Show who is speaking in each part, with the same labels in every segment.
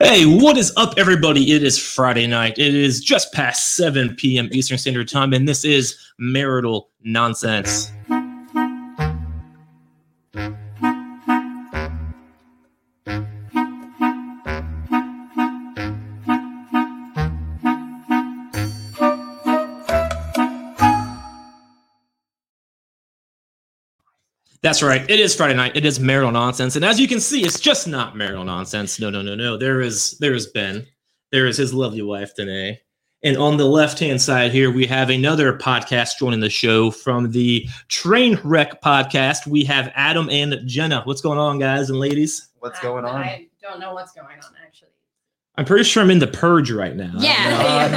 Speaker 1: Hey, what is up, everybody? It is Friday night. It is just past 7 p.m. Eastern Standard Time, and this is Marital Nonsense. That's right. It is Friday night. It is marital nonsense, and as you can see, it's just not marital nonsense. No, no, no, no. There is there is Ben. There is his lovely wife Danae, and on the left hand side here we have another podcast joining the show from the Train Wreck Podcast. We have Adam and Jenna. What's going on, guys and ladies?
Speaker 2: What's
Speaker 3: I-
Speaker 2: going on?
Speaker 3: Ah, I don't know what's going on actually.
Speaker 1: I'm pretty sure I'm in the purge right now.
Speaker 3: Yeah.
Speaker 2: Uh,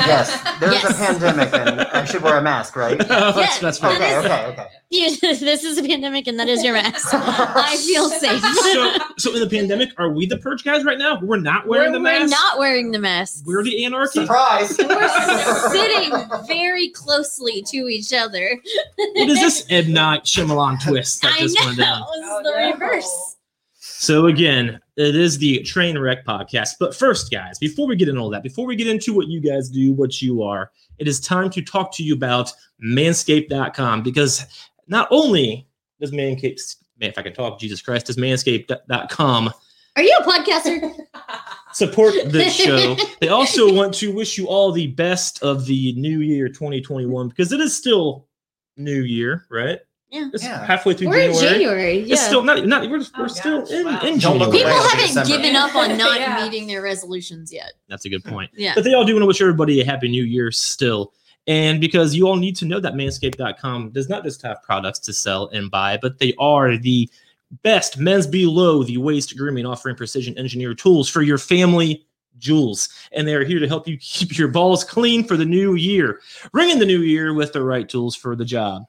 Speaker 2: yes, there's a
Speaker 4: Yes.
Speaker 2: pandemic and I should wear a mask, right?
Speaker 1: that's, that's right.
Speaker 2: Okay,
Speaker 4: That is-
Speaker 2: okay, okay.
Speaker 4: You, this is a pandemic, and that is your mask. I feel safe.
Speaker 1: So, so in the pandemic, are we the purge guys right now? We're not wearing the
Speaker 4: we're,
Speaker 1: mask.
Speaker 4: we're not wearing the mask.
Speaker 1: We're the anarchy.
Speaker 2: Surprise!
Speaker 4: We're sitting very closely to each other.
Speaker 1: what is this Ed Knight Shyamalan twist that
Speaker 4: I
Speaker 1: just
Speaker 4: know.
Speaker 1: went down?
Speaker 4: This is
Speaker 3: Oh,
Speaker 4: the
Speaker 3: no.
Speaker 4: reverse.
Speaker 1: So again, it is the train wreck podcast. But first, guys, before we get into all that, before we get into what you guys do, what you are, it is time to talk to you about manscaped.com because not only does Manscaped, man, if I can talk, Jesus Christ, does manscaped.com
Speaker 4: Are you a podcaster?
Speaker 1: support this show. they also want to wish you all the best of the new year 2021 because it is still new year, right?
Speaker 4: Yeah.
Speaker 1: It's
Speaker 2: Yeah.
Speaker 1: halfway through
Speaker 4: we're in January.
Speaker 1: It's
Speaker 4: Yeah.
Speaker 1: still not not we're,
Speaker 3: Oh,
Speaker 1: we're still
Speaker 3: gosh,
Speaker 1: in,
Speaker 3: wow.
Speaker 1: in
Speaker 2: Don't look
Speaker 1: January.
Speaker 4: People
Speaker 2: away. Wait,
Speaker 4: haven't
Speaker 2: December.
Speaker 4: given up on not
Speaker 3: Yeah.
Speaker 4: meeting their resolutions yet.
Speaker 1: That's a good point.
Speaker 4: Yeah.
Speaker 1: But they all do want to wish everybody a happy new year still. And because you all need to know that manscaped.com does not just have products to sell and buy, but they are the best men's below the waist grooming offering precision engineer tools for your family jewels. And they are here to help you keep your balls clean for the new year. Ring in the new year with the right tools for the job.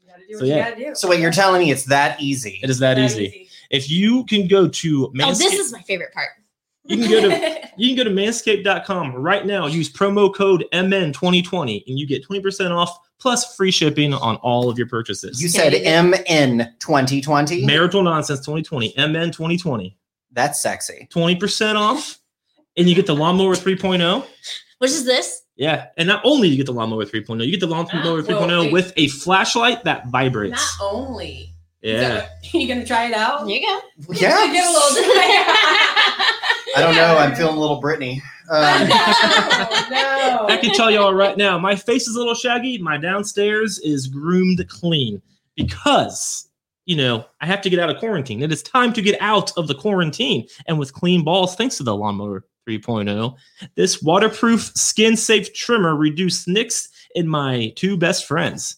Speaker 3: You gotta do
Speaker 1: So,
Speaker 3: what you
Speaker 1: yeah.
Speaker 3: gotta do.
Speaker 2: So wait, you're telling me it's that easy?
Speaker 1: It is that,
Speaker 3: Not
Speaker 1: easy. If you can go to
Speaker 4: Oh,
Speaker 1: manscaped,
Speaker 4: this is my favorite part.
Speaker 1: you can go to You can go to manscaped.com right now. Use promo code MN2020 and you get 20% off plus free shipping on all of your purchases.
Speaker 2: You said MN 2020.
Speaker 1: Marital Nonsense 2020, MN2020.
Speaker 2: That's sexy.
Speaker 1: 20% off and you get the Lawnmower 3.0.
Speaker 4: Which is this?
Speaker 1: Yeah. And not only do you get the Lawnmower 3.0, you get the Lawnmower
Speaker 3: Whoa,
Speaker 1: 3.0
Speaker 3: wait.
Speaker 1: with a flashlight that vibrates.
Speaker 3: Not only. Is
Speaker 1: yeah.
Speaker 3: that what- you gonna try it out?
Speaker 4: There you go.
Speaker 3: You get a
Speaker 2: Yeah.
Speaker 3: little
Speaker 2: I don't know. I'm feeling a little Britney. Um,
Speaker 3: Oh, no.
Speaker 1: I can tell y'all right now, my face is a little shaggy. My downstairs is groomed clean because, you know, I have to get out of quarantine. It is time to get out of the quarantine. And with clean balls, thanks to the lawnmower 3.0, this waterproof, skin safe trimmer reduced nicks in my two best friends.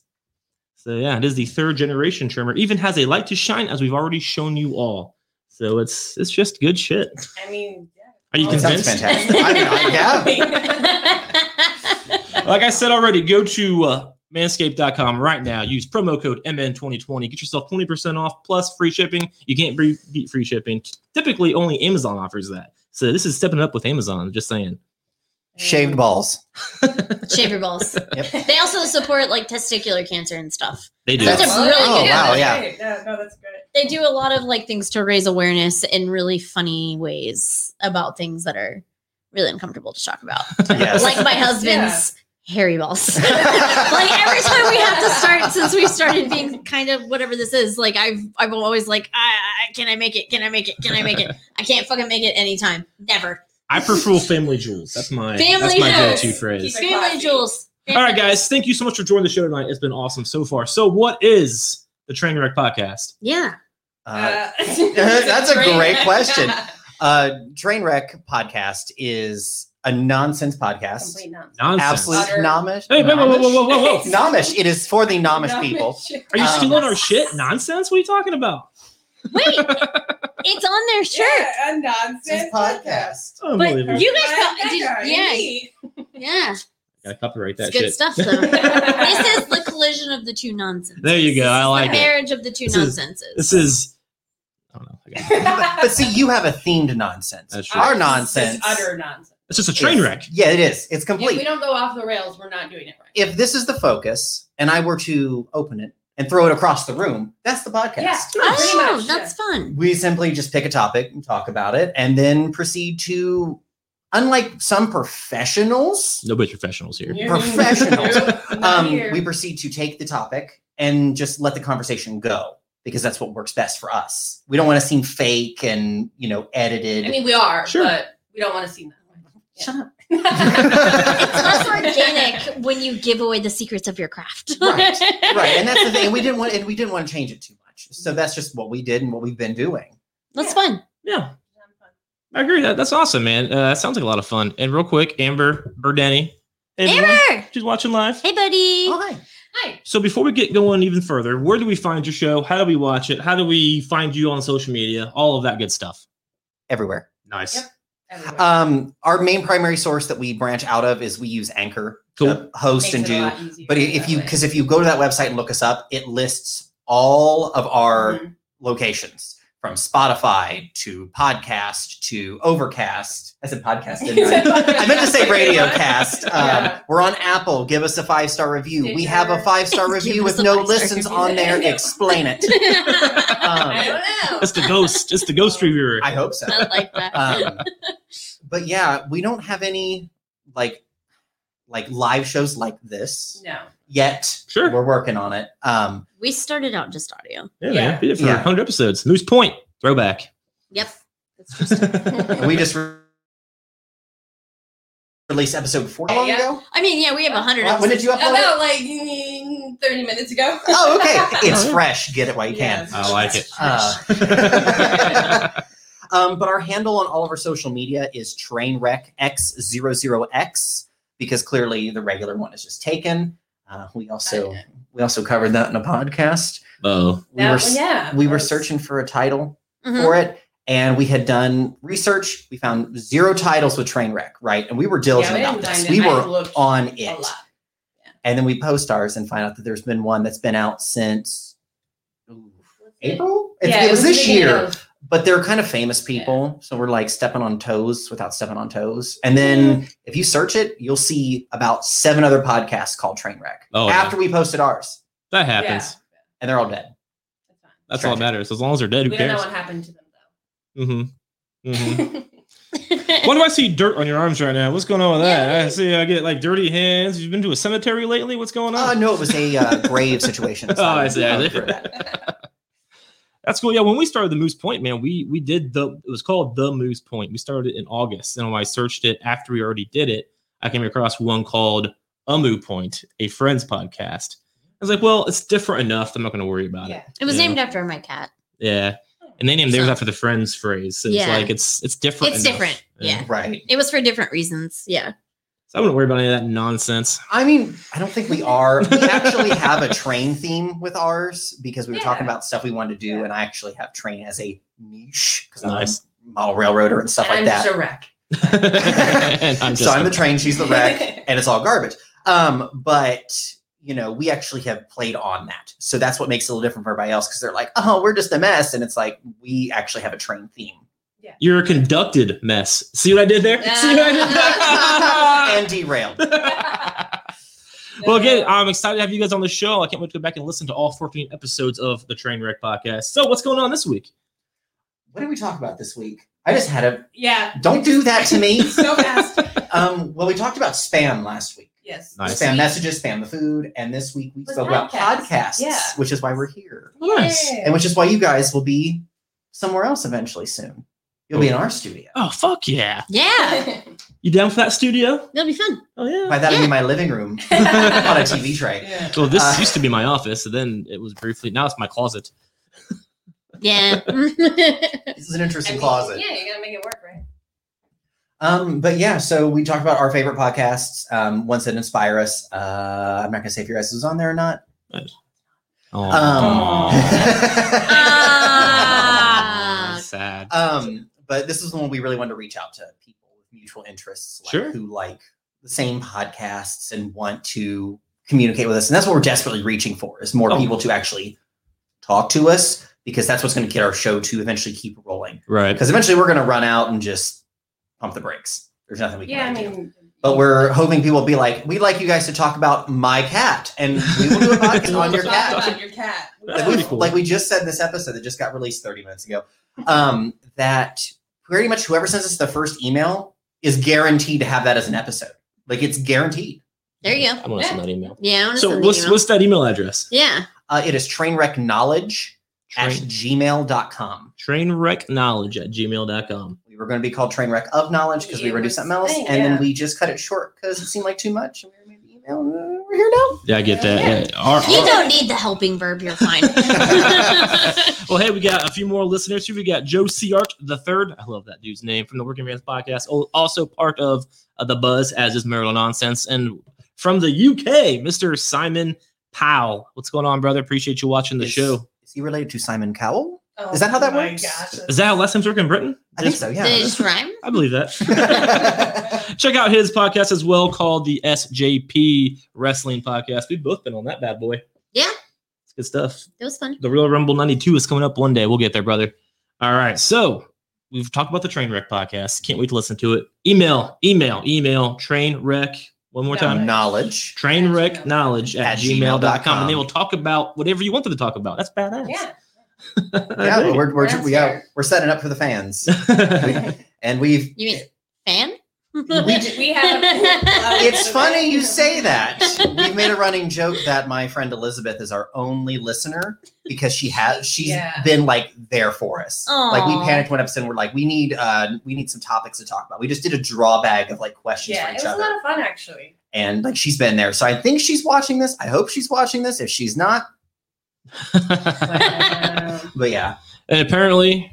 Speaker 1: So, yeah, it is the third generation trimmer. Even has a light to shine, as we've already shown you all. So it's it's just good shit.
Speaker 3: I mean, yeah.
Speaker 1: Are you
Speaker 2: Oh,
Speaker 3: That
Speaker 2: it sounds
Speaker 1: convinced?
Speaker 2: fantastic. I, I, yeah.
Speaker 1: Um, like I said already, go to uh, manscaped.com right now. Use promo code MN2020. Get yourself 20% off plus free shipping. You can't be- beat free shipping. Typically, only Amazon offers that. So this is stepping up with Amazon. Just saying.
Speaker 2: Shaved balls.
Speaker 4: Shave your balls.
Speaker 2: Yep.
Speaker 4: They also support like testicular cancer and stuff.
Speaker 1: They do.
Speaker 4: That's a
Speaker 3: Well,
Speaker 4: really
Speaker 2: Oh,
Speaker 4: good.
Speaker 2: wow,
Speaker 3: that's
Speaker 2: yeah.
Speaker 3: great. No, no, that's good.
Speaker 4: They do a lot of like things to raise awareness in really funny ways about things that are really uncomfortable to talk about.
Speaker 2: Yes.
Speaker 4: Like my husband's hairy balls. like every time we have to start since we started being kind of whatever this is, like I've I've always like I, I can I make it? Can I make it? Can I make it? I can't fucking make it anytime. Never.
Speaker 1: I prefer family jewels. That's my that's
Speaker 4: Family
Speaker 1: my
Speaker 4: jewels.
Speaker 1: go-to phrase.
Speaker 3: Keep it
Speaker 4: Family
Speaker 3: classy.
Speaker 4: jewels.
Speaker 1: All right, guys. Thank you so much for joining the show tonight. It's been awesome so far. So what is the Trainwreck Podcast?
Speaker 4: Yeah.
Speaker 2: Uh,
Speaker 3: that's
Speaker 2: a great question. Uh, Trainwreck podcast is a nonsense podcast.
Speaker 3: Complete nonsense.
Speaker 1: Nonsense.
Speaker 2: Absolute
Speaker 3: Utter-
Speaker 2: nomish.
Speaker 1: Hey, whoa, whoa, whoa, whoa, whoa, whoa.
Speaker 2: Nomish. It is for the Nomish, people.
Speaker 1: Are you
Speaker 2: Um,
Speaker 1: stealing our shit? Nonsense? What are you talking about?
Speaker 4: Wait, it's on their shirt.
Speaker 3: Yeah, a nonsense
Speaker 1: It's
Speaker 4: But
Speaker 1: unbelievable.
Speaker 4: you guys,
Speaker 3: Right,
Speaker 4: got, did,
Speaker 3: Becca,
Speaker 4: yeah,
Speaker 3: me.
Speaker 4: yeah,
Speaker 1: Gotta copyright
Speaker 4: it's
Speaker 1: that
Speaker 4: good
Speaker 1: shit.
Speaker 4: stuff though. this is the collision of the two nonsenses.
Speaker 1: There you go. I like
Speaker 4: the
Speaker 1: it.
Speaker 4: marriage of the two
Speaker 1: This is-
Speaker 4: nonsenses.
Speaker 1: This is. I don't know. I got-
Speaker 2: But, but see, you have a themed nonsense.
Speaker 1: That's true.
Speaker 2: Our
Speaker 3: It's
Speaker 2: nonsense.
Speaker 3: utter nonsense.
Speaker 1: It's just a train
Speaker 2: is-
Speaker 1: wreck.
Speaker 2: Yeah, it is. It's
Speaker 3: If we
Speaker 2: complete.
Speaker 3: don't go off the rails, we're not doing it right.
Speaker 2: If this is the focus and I were to open it and throw it across the room. That's the podcast.
Speaker 3: Yeah. Pretty
Speaker 4: Oh,
Speaker 3: much,
Speaker 4: that's fun.
Speaker 2: We simply just pick a topic and talk about it and then proceed to, unlike some professionals,
Speaker 1: Nobody's professionals here.
Speaker 3: You're-
Speaker 2: Professionals.
Speaker 3: Nope, not
Speaker 2: um,
Speaker 3: here.
Speaker 2: we proceed to take the topic and just let the conversation go because that's what works best for us. We don't want to seem fake and, you know, edited.
Speaker 5: I mean, we are,
Speaker 1: Sure.
Speaker 5: but we don't want to seem
Speaker 2: Shut up.
Speaker 5: that.
Speaker 4: It's less organic when you give away the secrets of your craft.
Speaker 2: Right, right. And that's the thing. And we didn't want and we didn't want to change it too much. So
Speaker 5: Mm-hmm.
Speaker 2: that's just what we did and what we've been doing.
Speaker 4: That's fun.
Speaker 1: Yeah,
Speaker 3: Have fun.
Speaker 1: I agree. That, that's awesome, man. Uh, that sounds like a lot of fun. And real quick, Amber Burdenny. Hey, everyone.
Speaker 4: Amber!
Speaker 1: She's watching live.
Speaker 4: Hey, buddy.
Speaker 2: Oh, hi.
Speaker 5: Hi.
Speaker 1: So before we get going even further, where do we find your show? How do we watch it? How do we find you on social media? All of that good stuff.
Speaker 2: Everywhere.
Speaker 1: Nice.
Speaker 5: Yep. Everywhere.
Speaker 2: Um, our main primary source that we branch out of is we use Anchor to
Speaker 1: Cool.
Speaker 5: Makes
Speaker 2: host and
Speaker 5: it a
Speaker 2: do.
Speaker 5: lot easier
Speaker 2: But i- if
Speaker 5: that
Speaker 2: you
Speaker 5: way.
Speaker 2: because if you go to that website and look us up, it lists all of our
Speaker 5: Mhm.
Speaker 2: locations from Spotify to podcast to Overcast. I said podcast,
Speaker 5: He
Speaker 2: didn't I?
Speaker 5: said podcast.
Speaker 2: I meant to say Radiocast. Um,
Speaker 5: Yeah.
Speaker 2: We're on Apple. Give us a five star review. We have a
Speaker 5: Stitcher.
Speaker 2: five star
Speaker 4: Give
Speaker 2: review
Speaker 4: us
Speaker 2: with
Speaker 4: a
Speaker 2: no
Speaker 4: five-star
Speaker 2: listens
Speaker 4: review.
Speaker 2: on there. Explain it.
Speaker 5: I
Speaker 2: Um,
Speaker 5: don't know.
Speaker 1: It's the ghost. It's the ghost reviewer.
Speaker 2: I hope so.
Speaker 4: I like that.
Speaker 1: Uh,
Speaker 2: Um, but yeah, we don't have any like like live shows like this
Speaker 5: No.
Speaker 2: yet.
Speaker 1: Sure.
Speaker 2: We're working on it. Um,
Speaker 4: we started out just audio.
Speaker 1: Yeah,
Speaker 5: Yeah.
Speaker 1: man. Be it for
Speaker 2: Yeah.
Speaker 1: 100 episodes. Moose Point. Throwback.
Speaker 4: Yep.
Speaker 2: we just re- released episode four. How long
Speaker 5: Yeah.
Speaker 2: ago?
Speaker 4: I mean, yeah, we have a 100
Speaker 2: When- When did you upload it?
Speaker 5: About like mm, 30 minutes ago.
Speaker 2: Oh, okay. It's
Speaker 1: Oh, yeah.
Speaker 2: fresh. Get it while you can.
Speaker 5: Yes.
Speaker 1: I like it.
Speaker 2: Uh, um, but our handle on all of our social media is trainwreckx00x because clearly the regular one is just taken. Uh, we also we also covered that in a podcast.
Speaker 1: Oh.
Speaker 2: We
Speaker 5: That- Mm-hmm.
Speaker 2: were s-
Speaker 5: yeah.
Speaker 2: we were
Speaker 5: that's-
Speaker 2: searching for a title
Speaker 4: Mhm.
Speaker 2: for it, and we had done research. We found zero titles with Trainwreck, right? And we were diligent
Speaker 5: we
Speaker 2: about
Speaker 5: didn't
Speaker 2: this.
Speaker 5: find
Speaker 2: We
Speaker 5: it. I
Speaker 2: were
Speaker 5: looked
Speaker 2: on
Speaker 5: a
Speaker 2: it,
Speaker 5: lot.
Speaker 2: and then we post ours and find out that there's been one that's been out since ooh, April. It-
Speaker 5: Yeah,
Speaker 2: it was
Speaker 5: the
Speaker 2: this
Speaker 5: beginning
Speaker 2: year
Speaker 5: of-
Speaker 2: but they're kind of famous people so we're like stepping on toes without stepping on toes and then if you search it you'll see about seven other podcasts called trainwreck
Speaker 1: Oh,
Speaker 2: after we posted ours
Speaker 1: That happens.
Speaker 2: and they're all dead
Speaker 5: That's fine.
Speaker 1: That's all that
Speaker 2: Tragic.
Speaker 1: matters. As long as they're dead, who
Speaker 5: we don't know
Speaker 1: cares?
Speaker 5: what happened to them
Speaker 1: Mm-hmm. Mm-hmm.
Speaker 5: though.
Speaker 1: Why do I see dirt on your arms right now? What's going on with that?
Speaker 5: Yeah.
Speaker 1: I see I get like dirty hands. You've been to a cemetery lately? What's going
Speaker 2: oh
Speaker 1: on?
Speaker 2: no it was a uh, grave situation
Speaker 1: Oh, I see, I
Speaker 2: I'm
Speaker 1: see.
Speaker 2: for that.
Speaker 1: That's cool. Yeah, when we started the Moose Point, man, we we did the it was called the Moose Point. We started it in August, and when I searched it after we already did it, I came across one called Amu Point, a friends podcast. I was like, well, it's different enough. I'm not going to worry about it.
Speaker 5: yeah.
Speaker 4: It was
Speaker 1: Yeah.
Speaker 4: named after my cat.
Speaker 1: Yeah, and they named theirs
Speaker 4: So-
Speaker 1: after the friends phrase. So
Speaker 4: Yeah.
Speaker 1: It's like it's it's different.
Speaker 4: It's
Speaker 1: enough.
Speaker 4: different, yeah.
Speaker 2: right
Speaker 4: It was for different reasons. Yeah.
Speaker 1: So I wouldn't worry about any of that nonsense.
Speaker 2: i mean i don't think we are we actually have a train theme with ours because we were talking
Speaker 5: Yeah.
Speaker 2: about stuff we wanted to do
Speaker 5: Yeah.
Speaker 2: and i actually have train as a niche because
Speaker 1: Nice.
Speaker 2: i'm a model railroader and stuff
Speaker 5: And I'm
Speaker 2: like that
Speaker 5: just a wreck.
Speaker 1: And I'm
Speaker 2: so
Speaker 1: just
Speaker 2: I'm the train, she's the wreck, and it's all garbage. Um, but you know, we actually have played on that, so that's what makes it a little different from everybody else because they're like, "Oh, we're just a mess," and it's like we actually have a train theme.
Speaker 1: You're a conducted mess. See what I did there? See what I
Speaker 2: and derailed.
Speaker 1: did there? well, again, I'm excited to have you guys on the show. I can't wait to go back and listen to all 14 episodes of the Trainwreck podcast. So, what's going on this week?
Speaker 2: What did we talk about this week? I just had a.
Speaker 5: Yeah.
Speaker 2: Don't do that to me.
Speaker 5: So fast.
Speaker 2: Um, well, we talked about spam last week.
Speaker 5: Yes.
Speaker 1: Nice.
Speaker 2: Spam messages, spam the food, and this week we
Speaker 5: Was
Speaker 2: spoke about podcasts,
Speaker 5: podcasts. Yeah.
Speaker 2: which is why we're here,
Speaker 1: Oh, nice.
Speaker 2: and which is why you guys will be somewhere else eventually soon. You'll be in our studio.
Speaker 1: Oh, fuck yeah.
Speaker 4: Yeah.
Speaker 1: You down for that studio?
Speaker 4: That'll be fun.
Speaker 1: Oh, yeah.
Speaker 2: By that I
Speaker 4: Yeah.
Speaker 2: mean my living room on a
Speaker 5: yeah.
Speaker 2: TV tray.
Speaker 1: Well, this
Speaker 2: Uh,
Speaker 1: used to be my office, and then it was briefly, now it's my closet.
Speaker 4: Yeah.
Speaker 2: This is an interesting
Speaker 5: mean,
Speaker 2: closet.
Speaker 5: Yeah, you gotta make it work, right?
Speaker 2: Um, but yeah, so we talked about our favorite podcasts, um, ones that inspire us. Uh, I'm not gonna say if your guys was on there or not.
Speaker 1: Oh,
Speaker 2: Um,
Speaker 4: Ah.
Speaker 1: sad.
Speaker 2: um, but this is the one we really wanted to reach out to people with mutual interests, like,
Speaker 1: Sure.
Speaker 2: who like the same podcasts and want to communicate with us. And that's what we're desperately reaching for is more
Speaker 1: Oh.
Speaker 2: people to actually talk to us because that's what's gonna get our show to eventually keep rolling.
Speaker 1: Right.
Speaker 2: Because eventually we're gonna run out and just pump the brakes. There's nothing we can
Speaker 5: Yeah, I
Speaker 2: really do.
Speaker 5: mean,
Speaker 2: But we're hoping people will be like, we'd like you guys to talk about my cat, and we will do a podcast on your
Speaker 3: Talk
Speaker 2: cat.
Speaker 3: about your cat.
Speaker 1: That's
Speaker 2: like, we,
Speaker 1: pretty cool.
Speaker 2: like we just said in this episode that just got released 30 minutes ago, um, that pretty much whoever sends us the first email is guaranteed to have that as an episode. Like it's guaranteed.
Speaker 4: There you go.
Speaker 1: I'm gonna send that email.
Speaker 4: Yeah. I wanna
Speaker 1: So
Speaker 4: send the
Speaker 1: what's
Speaker 4: email.
Speaker 1: what's that email address?
Speaker 4: yeah.
Speaker 2: Uh, it is trainwrecknowledge at
Speaker 1: Train,
Speaker 2: gmail.com.
Speaker 1: trainwrecknowledge at gmail.com.
Speaker 2: We were going to be called Trainwreck of Knowledge because we were doing something else,
Speaker 3: Yeah.
Speaker 2: and then we just cut it short because it seemed like too much. And we were maybe email, and we're here now.
Speaker 1: Yeah, I get that.
Speaker 3: Yeah.
Speaker 1: Yeah, our-
Speaker 4: You
Speaker 1: our-
Speaker 4: don't need the helping verb. You're fine.
Speaker 1: well, hey, we got a few more listeners here. We got Joe Seart the third. I love that dude's name from the Working Man's podcast. al- Also part of uh, the Buzz, as is Maryland Nonsense, and from the UK, Mr. Simon Powell. What's going on, brother? Appreciate you watching the
Speaker 2: Is-
Speaker 1: show.
Speaker 2: Is he related to Simon Cowell?
Speaker 3: Oh
Speaker 2: Is that how that
Speaker 3: my
Speaker 2: works?
Speaker 3: gosh,
Speaker 1: Is that how lessons work in Britain?
Speaker 2: I think so,
Speaker 4: Did it
Speaker 2: yeah.
Speaker 4: just rhyme?
Speaker 1: I believe that. Check out his podcast as well, called the SJP Wrestling Podcast. We've both been on that bad boy.
Speaker 4: Yeah.
Speaker 1: it's good stuff.
Speaker 4: It was fun.
Speaker 1: The Real Rumble 92 is coming up one day. We'll get there, brother. All right. So we've talked about the train wreck podcast. Can't wait to listen to it. Email, email, email, train wreck. One more
Speaker 3: Yeah.
Speaker 1: time.
Speaker 2: Knowledge.
Speaker 1: Train wreck knowledge at,
Speaker 2: At
Speaker 1: gmail.com.
Speaker 2: gmail dot com.
Speaker 1: And they will talk about whatever you want them to talk about. That's badass.
Speaker 3: Yeah.
Speaker 2: Yeah, but we're, we're,
Speaker 3: That's
Speaker 2: we are,
Speaker 3: fair.
Speaker 2: we're setting up for the fans.
Speaker 1: Yeah.
Speaker 2: We- and we've
Speaker 4: You mean fan?
Speaker 5: we have.
Speaker 2: it's funny you say that. We've made a running joke that my friend Elizabeth is our only listener because she has she's
Speaker 3: Yeah.
Speaker 2: been like there for us. Like we
Speaker 4: Aw.
Speaker 2: panicked one episode and we're like, we need uh we need some topics to talk about. We just did a draw bag of like questions
Speaker 3: Yeah,
Speaker 2: for
Speaker 3: it
Speaker 2: each
Speaker 3: was
Speaker 2: other.
Speaker 3: a lot of fun actually.
Speaker 2: and like she's been there. So I think she's watching this. I hope she's watching this. If she's not,
Speaker 3: Wow.
Speaker 2: but yeah.
Speaker 1: and apparently,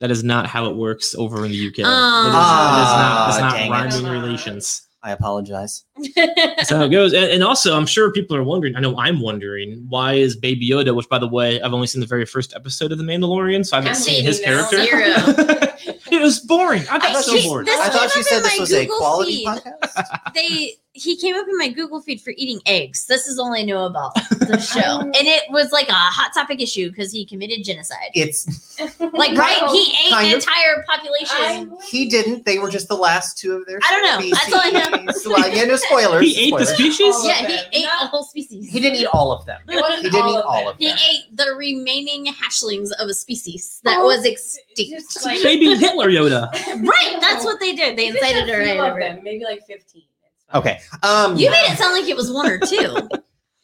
Speaker 1: that is not how it works over in the UK. It is-
Speaker 2: Ah,
Speaker 1: it is not, it's
Speaker 2: dang it.
Speaker 1: not rhyming
Speaker 3: Come on.
Speaker 1: relations.
Speaker 2: I apologize.
Speaker 1: That's how it goes. And, and also, I'm sure people are wondering. I know I'm wondering why is Baby Yoda, which by the way, I've only seen the very first episode of The Mandalorian, so I haven't
Speaker 3: I'm
Speaker 1: seen his
Speaker 3: leaving now.
Speaker 1: character.
Speaker 4: Zero.
Speaker 1: it was boring. I got
Speaker 4: I
Speaker 1: so
Speaker 4: hate
Speaker 1: bored.
Speaker 4: This
Speaker 2: I
Speaker 4: came
Speaker 2: thought you
Speaker 4: up
Speaker 2: said
Speaker 4: in
Speaker 2: this
Speaker 4: my
Speaker 2: was
Speaker 4: Google
Speaker 2: a quality
Speaker 4: feed.
Speaker 2: podcast.
Speaker 4: they he came up in my Google feed for eating eggs. This is all I know about the show, and it was like a hot topic issue because he committed genocide.
Speaker 2: It's
Speaker 4: Like, right? He ate
Speaker 2: Kind
Speaker 4: an
Speaker 2: of.
Speaker 4: entire population.
Speaker 2: he didn't. They were just the last two of their
Speaker 4: I don't know. That's all I know.
Speaker 2: species. Well, yeah, no spoilers.
Speaker 1: He ate the
Speaker 2: spoilers.
Speaker 1: species.
Speaker 3: All of
Speaker 4: yeah, he
Speaker 3: them.
Speaker 4: ate
Speaker 3: Not-
Speaker 4: a whole species.
Speaker 2: He didn't eat all of them.
Speaker 3: It wasn't
Speaker 2: He didn't eat all of
Speaker 3: them.
Speaker 4: He
Speaker 2: them.
Speaker 4: ate the remaining hashlings of a species that
Speaker 3: Oh,
Speaker 4: was
Speaker 3: It's
Speaker 4: extinct.
Speaker 3: just like-
Speaker 1: Baby Hitler Yoda.
Speaker 4: Right, that's what they did. They
Speaker 3: You just
Speaker 4: incited
Speaker 3: have
Speaker 4: her.
Speaker 3: few
Speaker 4: and
Speaker 3: of
Speaker 4: whatever.
Speaker 3: them, Maybe like fifteen.
Speaker 2: Okay. Um,
Speaker 4: You made it sound like it was one or two.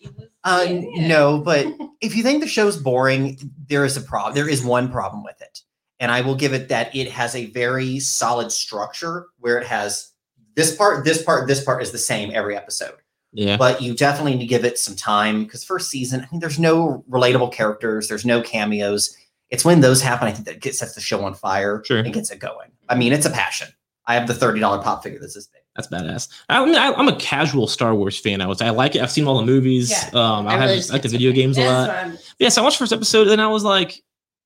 Speaker 3: It was-
Speaker 2: uh,
Speaker 3: yeah.
Speaker 2: No, but if you think the show's boring, there is a problem. There is one problem with it. And I will give it that it has a very solid structure where it has this part, this part, this part is the same every episode.
Speaker 1: Yeah.
Speaker 2: But you definitely need to give it some time because first season, I think there's no relatable characters, there's no cameos. It's when those happen, I think that gets, sets the show on fire
Speaker 1: Sure.
Speaker 2: and gets it going. I mean, it's a passion. I have the $30 pop figure that's this big.
Speaker 1: That's badass. I, mean, I, I'm a casual Star Wars fan. I was. I like it. I've seen all the movies.
Speaker 3: Yeah.
Speaker 1: Um, I,
Speaker 4: I
Speaker 1: have,
Speaker 4: really just
Speaker 1: I like the
Speaker 4: get
Speaker 1: video games a
Speaker 3: That's
Speaker 1: lot.
Speaker 3: fun.
Speaker 1: Yeah, so I watched the first episode, and I was like,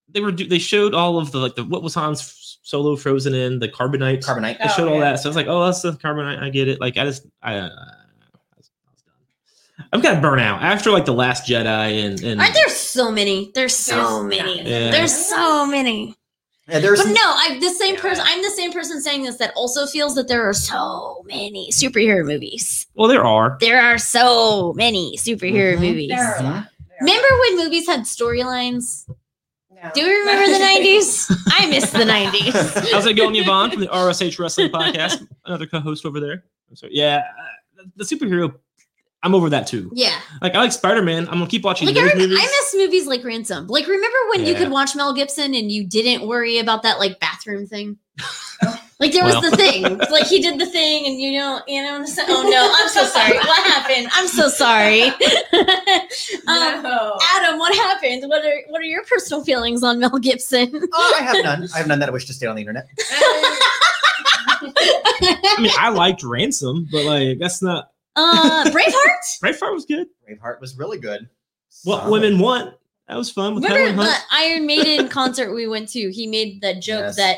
Speaker 1: they were do- they showed all of the like the what was Han's solo frozen in the carbonite.
Speaker 2: Carbonite.
Speaker 1: They
Speaker 3: Oh,
Speaker 1: showed all
Speaker 3: yeah.
Speaker 1: that, so I was like, "Oh, that's the carbonite. I get it." Like, I just, I, uh, I was I was done. I've got burnout after like the Last Jedi and and
Speaker 4: Aren't there so many? There's so
Speaker 3: There's-
Speaker 4: many.
Speaker 1: Yeah.
Speaker 4: There's so many.
Speaker 2: Yeah, there's
Speaker 4: But no, I'm the same
Speaker 2: Yeah.
Speaker 4: person. I'm the same person saying this that also feels that there are so many superhero movies.
Speaker 1: well, there are.
Speaker 4: There are so many superhero
Speaker 2: Mhm.
Speaker 1: Mm-hmm.
Speaker 4: movies.
Speaker 3: There are a lot. There are a
Speaker 4: Remember when movies had storylines?
Speaker 3: lot. No.
Speaker 4: Do you remember the 90s? I miss the 90s.
Speaker 1: How's it going, Yvonne from the RSH Wrestling Podcast? Another co-host over there. I'm sorry. Yeah, uh, the superhero. I'm over that too.
Speaker 4: Yeah.
Speaker 1: Like, I like Spider Man. I'm gonna keep watching
Speaker 4: Like I,
Speaker 1: those
Speaker 4: rem- I
Speaker 1: movies.
Speaker 4: miss movies like Ransom. Like remember when you
Speaker 1: Yeah.
Speaker 4: could watch Mel Gibson and you didn't worry about that like bathroom thing? like there
Speaker 1: Well.
Speaker 4: was the thing. Like he did the thing and you know, you know, so- oh no, I'm so sorry. What happened? I'm so sorry. um,
Speaker 3: No.
Speaker 4: Adam, what happened? What are what are your personal feelings on Mel Gibson?
Speaker 2: Oh, I have none. I have none that I wish to stay on the internet.
Speaker 1: I mean, I liked Ransom, but like, that's not.
Speaker 4: uh Braveheart?
Speaker 1: Braveheart was good.
Speaker 2: Braveheart was really good.
Speaker 1: What
Speaker 2: Solid.
Speaker 1: women want. That was fun with Helen
Speaker 4: Remember the
Speaker 1: Hunt.
Speaker 4: Iron Maiden concert we went to? He made the joke
Speaker 2: Yes.
Speaker 4: that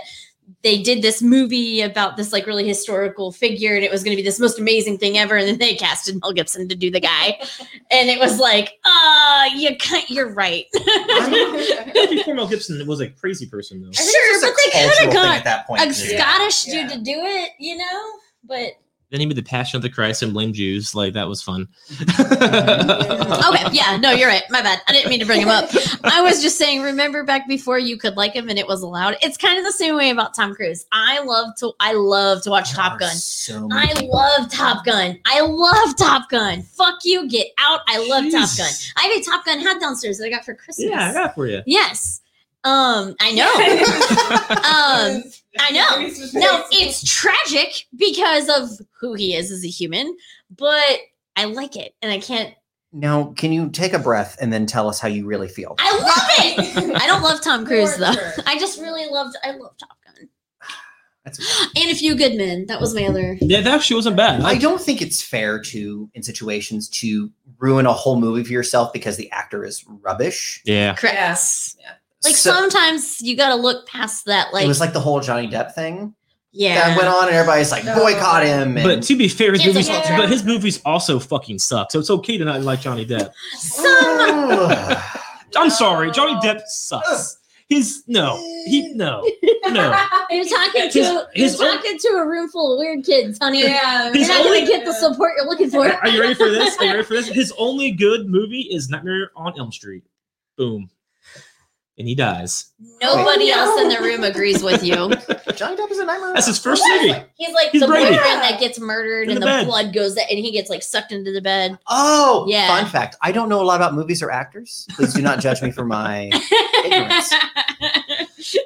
Speaker 4: they did this movie about this like really historical figure and it was going to be this most amazing thing ever and then they casted Mel Gibson to do the guy and it was like uh you can't, you're right
Speaker 1: I think Mel Gibson was a crazy person though.
Speaker 4: sure
Speaker 2: It's a
Speaker 4: but they could
Speaker 2: cultural
Speaker 4: have
Speaker 2: thing
Speaker 4: got
Speaker 2: at that point.
Speaker 4: a
Speaker 2: too.
Speaker 3: Yeah.
Speaker 4: Scottish
Speaker 3: Yeah.
Speaker 4: dude to do it you know but
Speaker 1: Then he made the Passion of the Christ and blamed Jews. Like that was fun. Oh,
Speaker 4: Okay, yeah, no, you're right. My bad. I didn't mean to bring him up. I was just saying, remember back before you could like him and it was allowed. It's kind of the same way about Tom Cruise. I love to I love to watch Top Gun.
Speaker 2: So many
Speaker 4: I
Speaker 2: people.
Speaker 4: love Top Gun. I love Top Gun. Fuck you, get out. I love Top Gun.
Speaker 1: Jeez.
Speaker 4: I have a Top Gun hat downstairs that I got for Christmas.
Speaker 1: Yeah, I got for you.
Speaker 4: Yes. Um, I know. um, I know. no, it's tragic because of who he is as a human, but I like it and I can't
Speaker 2: Now, can you take a breath and then tell us how you really feel?
Speaker 4: I love it. I don't love Tom Cruise though.
Speaker 3: Torture.
Speaker 4: I just really loved. I love Top Gun
Speaker 2: That's
Speaker 4: and A Few Good Men. That was my other.
Speaker 1: Yeah, that actually wasn't bad.
Speaker 2: I
Speaker 1: Like,
Speaker 2: don't think it's fair to, in situations, to ruin a whole movie for yourself because the actor is rubbish.
Speaker 1: yeah.
Speaker 4: Correct.
Speaker 3: Yes.
Speaker 4: Like
Speaker 2: So-
Speaker 4: sometimes you gotta look past that.
Speaker 2: it
Speaker 4: Like,
Speaker 2: was like the whole Johnny Depp thing that
Speaker 4: yeah,
Speaker 2: went on, and everybody's like,
Speaker 3: No.
Speaker 2: boycott him. And
Speaker 1: But to be fair, his
Speaker 4: It's
Speaker 1: movies,
Speaker 3: okay.
Speaker 1: but his movies also fucking suck. So it's okay to not like Johnny Depp.
Speaker 4: some
Speaker 1: I'm sorry, Johnny
Speaker 3: No.
Speaker 1: Depp sucks. He's no, he no, no.
Speaker 4: you're talking
Speaker 1: His-
Speaker 4: to
Speaker 1: his
Speaker 4: you're
Speaker 1: own-
Speaker 4: talking to a room full of weird kids, honey.
Speaker 3: Yeah.
Speaker 4: You're
Speaker 1: His
Speaker 4: not
Speaker 1: only-
Speaker 4: gonna get the support you're looking for.
Speaker 1: Are you ready for this? Are you ready for this? His only good movie is Nightmare on Elm Street. Boom, and he dies.
Speaker 4: Nobody
Speaker 3: Oh, no.
Speaker 4: else in the room agrees with you.
Speaker 2: Johnny Depp is a nightmare.
Speaker 1: That's his first movie.
Speaker 4: He's like
Speaker 1: He's
Speaker 4: the
Speaker 1: Brady.
Speaker 4: boyfriend that gets murdered
Speaker 1: In
Speaker 4: and
Speaker 1: the
Speaker 4: the,
Speaker 1: bed.
Speaker 4: blood goes that and he gets like sucked into the bed.
Speaker 2: Oh,
Speaker 4: Yeah.
Speaker 2: fun fact. I don't know a lot about movies or actors. Please do not judge me for my. Ignorance.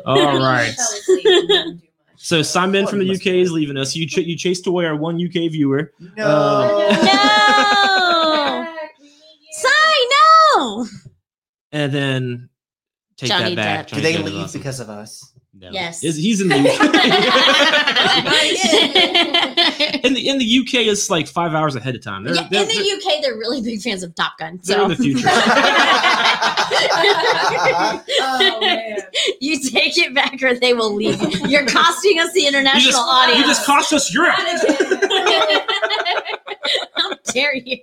Speaker 1: All right.
Speaker 3: It's
Speaker 1: So Simon from the UK is leaving us. You ch- you chased away our one UK viewer.
Speaker 4: Uh,
Speaker 2: No.
Speaker 4: no. Sigh, no.
Speaker 1: and then take
Speaker 4: Johnny
Speaker 1: that back.
Speaker 4: Depp.
Speaker 2: do
Speaker 1: Johnny
Speaker 2: they
Speaker 1: Depp is
Speaker 2: leave
Speaker 1: awesome.
Speaker 2: because of us?
Speaker 1: No.
Speaker 4: Yes.
Speaker 1: Is- he's in the UK.
Speaker 4: yeah,
Speaker 1: in the in the UK, it's like five hours ahead of time. They're,
Speaker 4: in
Speaker 1: they're,
Speaker 4: the UK, they're really big fans of Top Gun.
Speaker 1: they're in
Speaker 4: So
Speaker 1: the future.
Speaker 3: Oh, man.
Speaker 4: you take it back, or they will leave. you. You're costing us the international
Speaker 1: you just you
Speaker 4: audience.
Speaker 1: just cost us Europe.
Speaker 4: How dare you?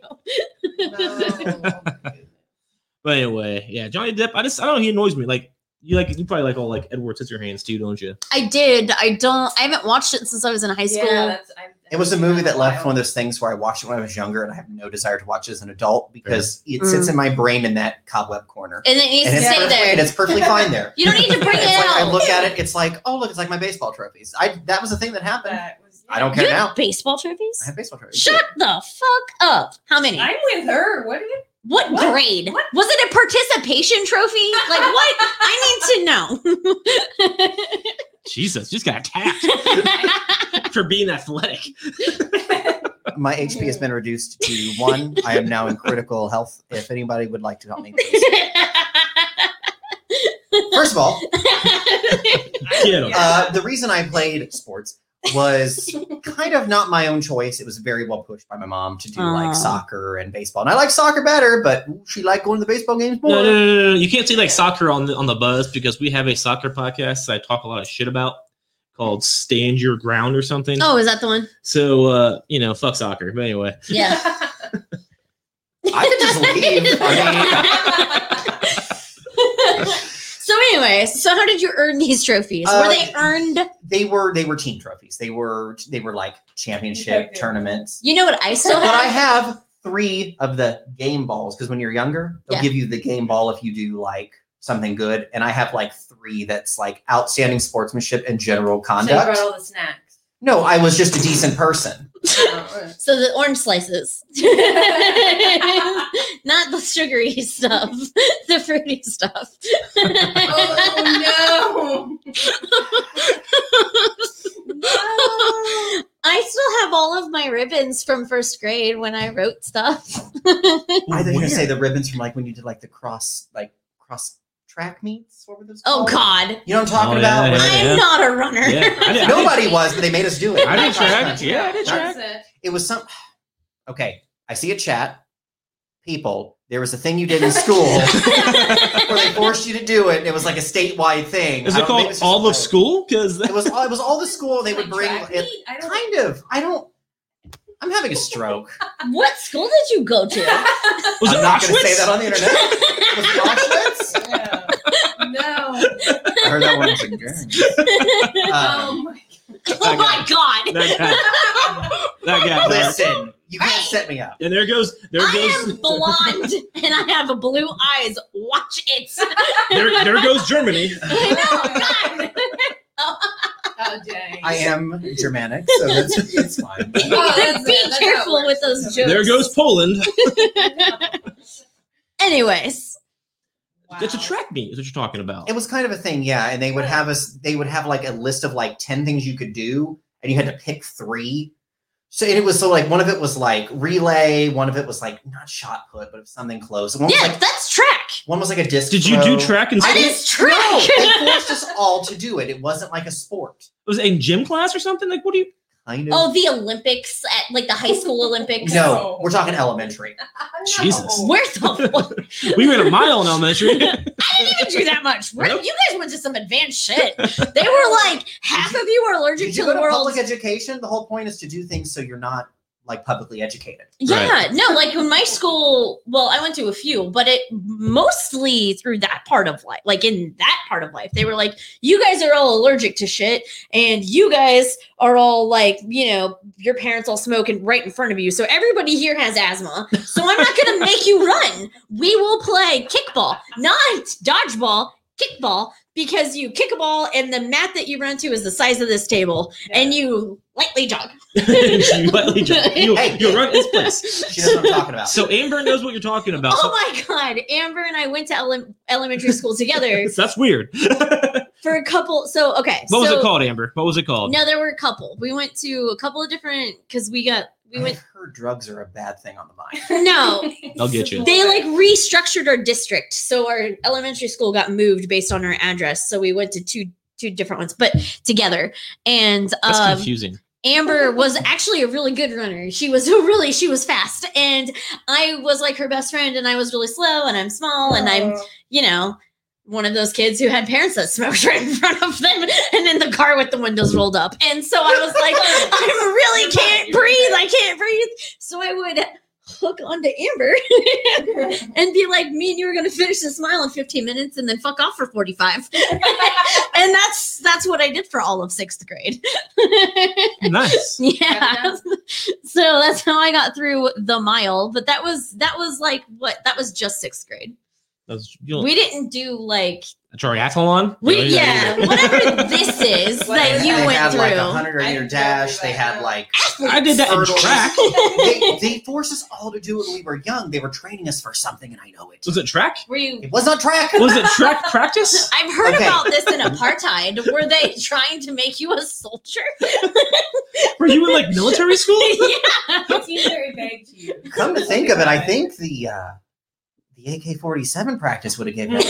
Speaker 1: But anyway, yeah, Johnny Depp. I just I don't. know, He annoys me. Like you like you probably like all like Edward Scissorhands too, don't you?
Speaker 4: I did. I don't. I haven't watched it since I was in high school.
Speaker 2: It was a movie that left one of those things where I watched it when I was younger and I have no desire to watch it as an adult because it sits in my brain in that cobweb corner.
Speaker 4: And Mm. it needs
Speaker 2: and,
Speaker 4: to
Speaker 2: it's
Speaker 4: stay
Speaker 2: perfectly,
Speaker 4: there.
Speaker 2: and it's perfectly fine there.
Speaker 4: you don't need to bring
Speaker 2: It's
Speaker 4: it
Speaker 2: like I
Speaker 4: out.
Speaker 2: look at it, it's like, oh look, it's like my baseball trophies. I that was the thing that happened. I don't
Speaker 4: you
Speaker 2: care now.
Speaker 4: have baseball trophies?
Speaker 2: I have baseball trophies.
Speaker 4: Shut the fuck up. How many?
Speaker 3: I'm with her. What is it?
Speaker 4: What,
Speaker 3: What?
Speaker 4: grade?
Speaker 3: What?
Speaker 4: Was it a participation trophy? Like what? I need to know.
Speaker 1: Jesus, just got attacked for being athletic.
Speaker 2: My HP has been reduced to one. I am now in critical health. If anybody would like to help me, please. First of all,
Speaker 1: Get him.
Speaker 2: Uh, the reason I played sports was kind of not my own choice. It was very well pushed by my mom to do
Speaker 4: Aw.
Speaker 2: like soccer and baseball. And I like soccer better, but she liked going to the baseball games more.
Speaker 1: No, no, no, no, no. You can't say like soccer on the on the buzz because we have a soccer podcast that I talk a lot of shit about called Stand Your Ground or something.
Speaker 4: oh, is that the one?
Speaker 1: So uh, you know, fuck soccer. But anyway.
Speaker 4: Yeah.
Speaker 2: I could just leave. I mean,
Speaker 4: so, anyways, so how did you earn these trophies?
Speaker 2: Uh,
Speaker 4: Were they earned?
Speaker 2: they were they were team trophies. They were they were like championship
Speaker 3: Okay.
Speaker 2: tournaments.
Speaker 4: You know what I still
Speaker 2: But I
Speaker 4: have?
Speaker 2: have three of the game balls because when you're younger, they'll
Speaker 4: Yeah.
Speaker 2: give you the game ball if you do like something good. And I have like three that's like outstanding sportsmanship and general
Speaker 3: I
Speaker 2: conduct.
Speaker 3: brought all the snacks.
Speaker 2: No, I was just a decent person.
Speaker 3: Oh,
Speaker 4: So the orange slices, not the sugary stuff, the fruity stuff.
Speaker 3: oh, no.
Speaker 4: I still have all of my ribbons from first grade when I wrote stuff.
Speaker 2: I thought you were
Speaker 1: Where?
Speaker 2: gonna say the ribbons from like when you did like the cross like cross track meets. What were those?
Speaker 4: Oh
Speaker 2: called?
Speaker 4: God,
Speaker 2: You know what I'm talking
Speaker 1: Oh, yeah, yeah,
Speaker 2: about? Where-
Speaker 4: I'm
Speaker 1: yeah.
Speaker 4: not a runner.
Speaker 1: Yeah, I did- I did-
Speaker 2: Nobody was, but they made us do it.
Speaker 1: I did track.
Speaker 2: It
Speaker 1: Yeah, I did track.
Speaker 3: That's it.
Speaker 2: It was some. Okay, I see a chat. People, there was a thing you did in school where they forced you to do it. And it was like a statewide thing.
Speaker 1: Is
Speaker 2: I
Speaker 1: it
Speaker 2: don't- maybe
Speaker 1: called
Speaker 2: it's just
Speaker 1: all of
Speaker 2: a-
Speaker 1: school? Because
Speaker 2: It was. All, it was all the school. They would
Speaker 3: Like
Speaker 2: bring.
Speaker 3: track
Speaker 2: It,
Speaker 3: meet? I don't
Speaker 2: kind of. I don't. I'm having a stroke.
Speaker 4: What school did you go to?
Speaker 1: was
Speaker 2: I'm
Speaker 1: it
Speaker 2: not
Speaker 1: Auschwitz?
Speaker 2: gonna say that on the internet. Was it Auschwitz?
Speaker 3: No.
Speaker 2: I heard that one's a girl.
Speaker 3: Um,
Speaker 4: oh my God!
Speaker 1: That- that- That guy. right?
Speaker 2: Um, Listen, you can't set me up.
Speaker 1: And there goes there
Speaker 4: I am
Speaker 1: goes
Speaker 4: blonde and I have blue eyes. Watch it.
Speaker 1: there, there goes Germany.
Speaker 4: I know, God.
Speaker 3: Oh, dang.
Speaker 2: I am Germanic, so that's, that's fine.
Speaker 3: Oh, that's-
Speaker 4: Be
Speaker 3: that's how it
Speaker 4: careful
Speaker 3: works.
Speaker 4: with those jokes.
Speaker 1: There goes Poland.
Speaker 4: Anyways,
Speaker 3: Wow.
Speaker 1: It's a track meet. Is what you're talking about?
Speaker 2: It was kind of a thing, yeah. And they would have us. They would have like a list of like ten things you could do, and you had to pick three. So and it was so like one of it was like relay, one of it was like not shot put, but it was something close.
Speaker 1: Oh
Speaker 2: And one
Speaker 4: yeah,
Speaker 2: was like
Speaker 4: that's track.
Speaker 2: one was like a disc.
Speaker 1: Did you
Speaker 2: throw.
Speaker 1: do track and
Speaker 4: That
Speaker 2: I
Speaker 1: it
Speaker 2: didn't-
Speaker 4: is track.
Speaker 2: No, they forced us all to do it. It wasn't like a sport.
Speaker 1: was it in gym class or something? Like, what do you?
Speaker 2: Kind of.
Speaker 4: Oh, the Olympics at like the high school Olympics.
Speaker 2: no, we're talking elementary.
Speaker 1: Jesus.
Speaker 4: Where the fuck?
Speaker 1: We ran a mile in elementary.
Speaker 4: I didn't even do that much. Where, you guys went to some advanced shit. They were like half of you were allergic
Speaker 2: Did
Speaker 4: to
Speaker 2: you go
Speaker 4: the
Speaker 2: to
Speaker 4: world.
Speaker 2: public education? The whole point is to do things so you're not like publicly educated.
Speaker 4: Yeah,
Speaker 1: Right.
Speaker 4: no, like in my school, well, I went to a few, but it mostly through that part of life, like in that part of life, they were like, you guys are all allergic to shit, and you guys are all like, you know, your parents all smoking right in front of you. So everybody here has asthma. So I'm not going to make you run. We will play kickball, not dodgeball, kickball, because you kick a ball, and the mat that you run to is the size of this table, and you lightly jog.
Speaker 1: you lightly jump. You'll,
Speaker 2: Hey.
Speaker 1: you'll run this place.
Speaker 2: She knows what I'm talking about.
Speaker 1: So Amber knows what you're talking about. So-
Speaker 4: Oh my God. Amber and I went to ele- elementary school together
Speaker 1: that's weird. what
Speaker 4: for a couple. So, okay.
Speaker 1: was
Speaker 4: so,
Speaker 1: it called, Amber? What was it called?
Speaker 4: No, there were a couple. We went to a couple of different, because we got, we
Speaker 2: I've
Speaker 4: went,
Speaker 2: heard drugs are a bad thing on the mind.
Speaker 4: no,
Speaker 1: I'll get you.
Speaker 4: they like restructured our district. So our elementary school got moved based on our address. So we went to two, two different ones, but together. And,
Speaker 1: That's
Speaker 4: um,
Speaker 1: confusing.
Speaker 4: Amber was actually a really good runner. She was really she was fast, and I was like her best friend, and I was really slow, and I'm small, and I'm you know, one of those kids who had parents that smoked right in front of them and in the car with the windows rolled up. And so I was like, I really can't breathe. I can't breathe. So I would hook onto Amber and be like, me and you are gonna finish this mile in 15 minutes and then fuck off for 45. and that's that's what I did for all of sixth grade.
Speaker 1: Nice.
Speaker 4: yeah. So that's how I got through the mile. But that was that was like what that was just sixth grade.
Speaker 1: That was, you know,
Speaker 4: We didn't do like
Speaker 1: a triathlon?
Speaker 4: we,
Speaker 1: No, you don't
Speaker 4: yeah,
Speaker 1: do that.
Speaker 4: whatever this is that
Speaker 3: Whatever
Speaker 4: you
Speaker 2: they had
Speaker 4: went
Speaker 2: like a
Speaker 4: through.
Speaker 2: 100 meter
Speaker 3: I
Speaker 2: dash.
Speaker 3: didn't
Speaker 2: They
Speaker 3: know
Speaker 2: had
Speaker 3: that.
Speaker 2: like.
Speaker 1: I did that in
Speaker 2: Hurdles.
Speaker 1: track.
Speaker 2: they, they forced us all to do it when we were young. They were training us for something, and I know it.
Speaker 1: Was it track?
Speaker 4: Were you?
Speaker 2: It was not track.
Speaker 1: Was it track practice?
Speaker 4: I've heard
Speaker 2: Okay.
Speaker 4: about this in apartheid. Were they trying to make you a soldier?
Speaker 1: Were you in like military school?
Speaker 3: It seems very vague to you.
Speaker 2: Come to think of it, I think the uh, the AK forty seven practice would have given. it-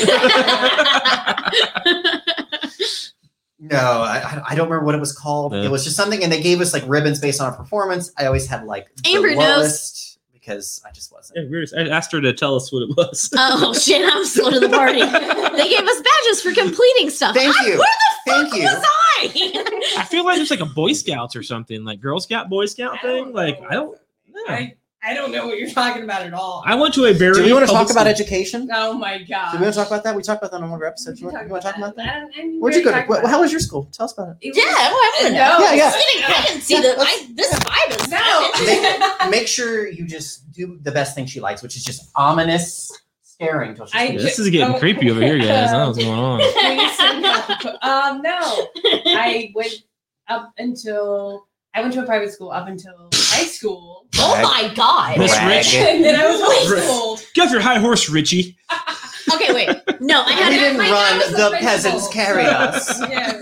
Speaker 2: No, I, I- I don't remember what it was called.
Speaker 1: Yeah.
Speaker 2: It was just something, and they gave us like ribbons based on our performance. I always had like the
Speaker 4: Amber knows.
Speaker 2: lowest because I just wasn't.
Speaker 1: Yeah, weird. I asked her to tell us what it was.
Speaker 4: oh shit! I'm slow to the party. They gave us badges for completing stuff.
Speaker 2: Thank
Speaker 4: I-
Speaker 2: you.
Speaker 4: Where
Speaker 2: Thank you.
Speaker 4: was I?
Speaker 1: I feel like it's like a Boy Scouts or something, like Girl Scout, Boy Scout thing. Like I don't. know.
Speaker 3: I, I don't know what you're talking about at all.
Speaker 1: I went to a very.
Speaker 2: Do we want to
Speaker 1: public
Speaker 2: talk about
Speaker 1: school-
Speaker 2: education?
Speaker 3: oh my god.
Speaker 2: Do we want to talk about that? We talked about that on one of our episodes. You
Speaker 3: We
Speaker 2: want,
Speaker 3: can
Speaker 2: you want to talk about that?
Speaker 3: I don't- I
Speaker 2: Where'd you go?
Speaker 3: didn't
Speaker 2: To,
Speaker 3: really talk
Speaker 2: wh-
Speaker 3: about
Speaker 2: how was your school? Tell us about it.
Speaker 3: it.
Speaker 4: Yeah, I
Speaker 3: It
Speaker 4: wanna
Speaker 3: was-
Speaker 4: know.
Speaker 2: Yeah, yeah.
Speaker 4: I didn't, I didn't see the. I, this vibe is
Speaker 3: No.
Speaker 2: Make sure you just do the best thing she likes, which is just ominous staring till she's
Speaker 3: I-
Speaker 1: Yeah,
Speaker 2: finished.
Speaker 1: this is getting
Speaker 3: Oh.
Speaker 1: creepy over here, guys. I don't know what's going on.
Speaker 3: Please send help. um, no. I went up until I went to a private school up until high school.
Speaker 4: Oh my god.
Speaker 1: Miss
Speaker 2: Brag.
Speaker 1: Rich,
Speaker 3: and then I was homeschooled.
Speaker 1: get off your high horse, Richie.
Speaker 4: Okay, wait. No, I had
Speaker 2: we
Speaker 3: Yeah,
Speaker 2: didn't
Speaker 3: my
Speaker 2: run.
Speaker 3: dad was
Speaker 2: The
Speaker 3: a
Speaker 2: peasants
Speaker 3: principal.
Speaker 2: carried us.
Speaker 3: Yeah,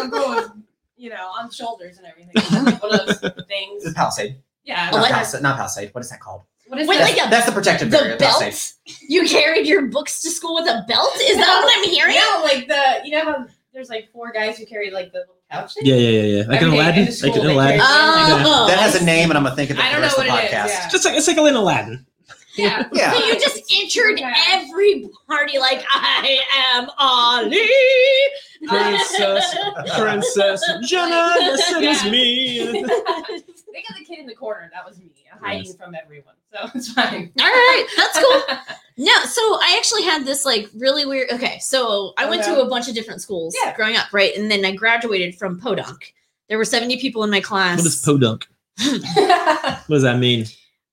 Speaker 3: uncle was, you know, on shoulders and everything. One of those
Speaker 2: The
Speaker 3: things.
Speaker 2: Palisade.
Speaker 3: Yeah.
Speaker 2: Not
Speaker 4: what?
Speaker 2: Palisade. Not Palisade. What is that called?
Speaker 3: What is
Speaker 4: Wait,
Speaker 3: that?
Speaker 2: That's,
Speaker 4: like a-
Speaker 2: that's the protected barrier.
Speaker 4: the
Speaker 2: of Palisade.
Speaker 4: belt? You carried your books to school with a belt? Is that what I'm hearing?
Speaker 3: No, like the you know how there's like four guys who carry like the little couch thing.
Speaker 1: Yeah, yeah, yeah, yeah. Like an
Speaker 3: Every day
Speaker 1: Aladdin.
Speaker 3: in the
Speaker 1: Like
Speaker 3: school,
Speaker 1: an
Speaker 3: they
Speaker 1: Aladdin.
Speaker 3: carry-
Speaker 4: Oh,
Speaker 2: That has a name, and I'm gonna think of it for
Speaker 3: I
Speaker 2: the
Speaker 3: don't
Speaker 2: rest
Speaker 3: know
Speaker 2: of the
Speaker 3: what it is,
Speaker 2: podcast.
Speaker 1: Just like it's like an Aladdin.
Speaker 3: Yeah.
Speaker 2: Yeah.
Speaker 4: So you just entered every party like I am Ali.
Speaker 1: Princess, Princess Jenna, this it is me.
Speaker 3: They got the kid in the corner. That was me hiding from everyone, so it's fine.
Speaker 4: All right, that's cool. No, so I actually had this like really weird. Okay, so I went to
Speaker 3: Okay.
Speaker 4: a bunch of different schools
Speaker 3: Yeah.
Speaker 4: growing up, right? And then I graduated from Podunk. There were 70 people in my class.
Speaker 1: What is podunk? What does that mean?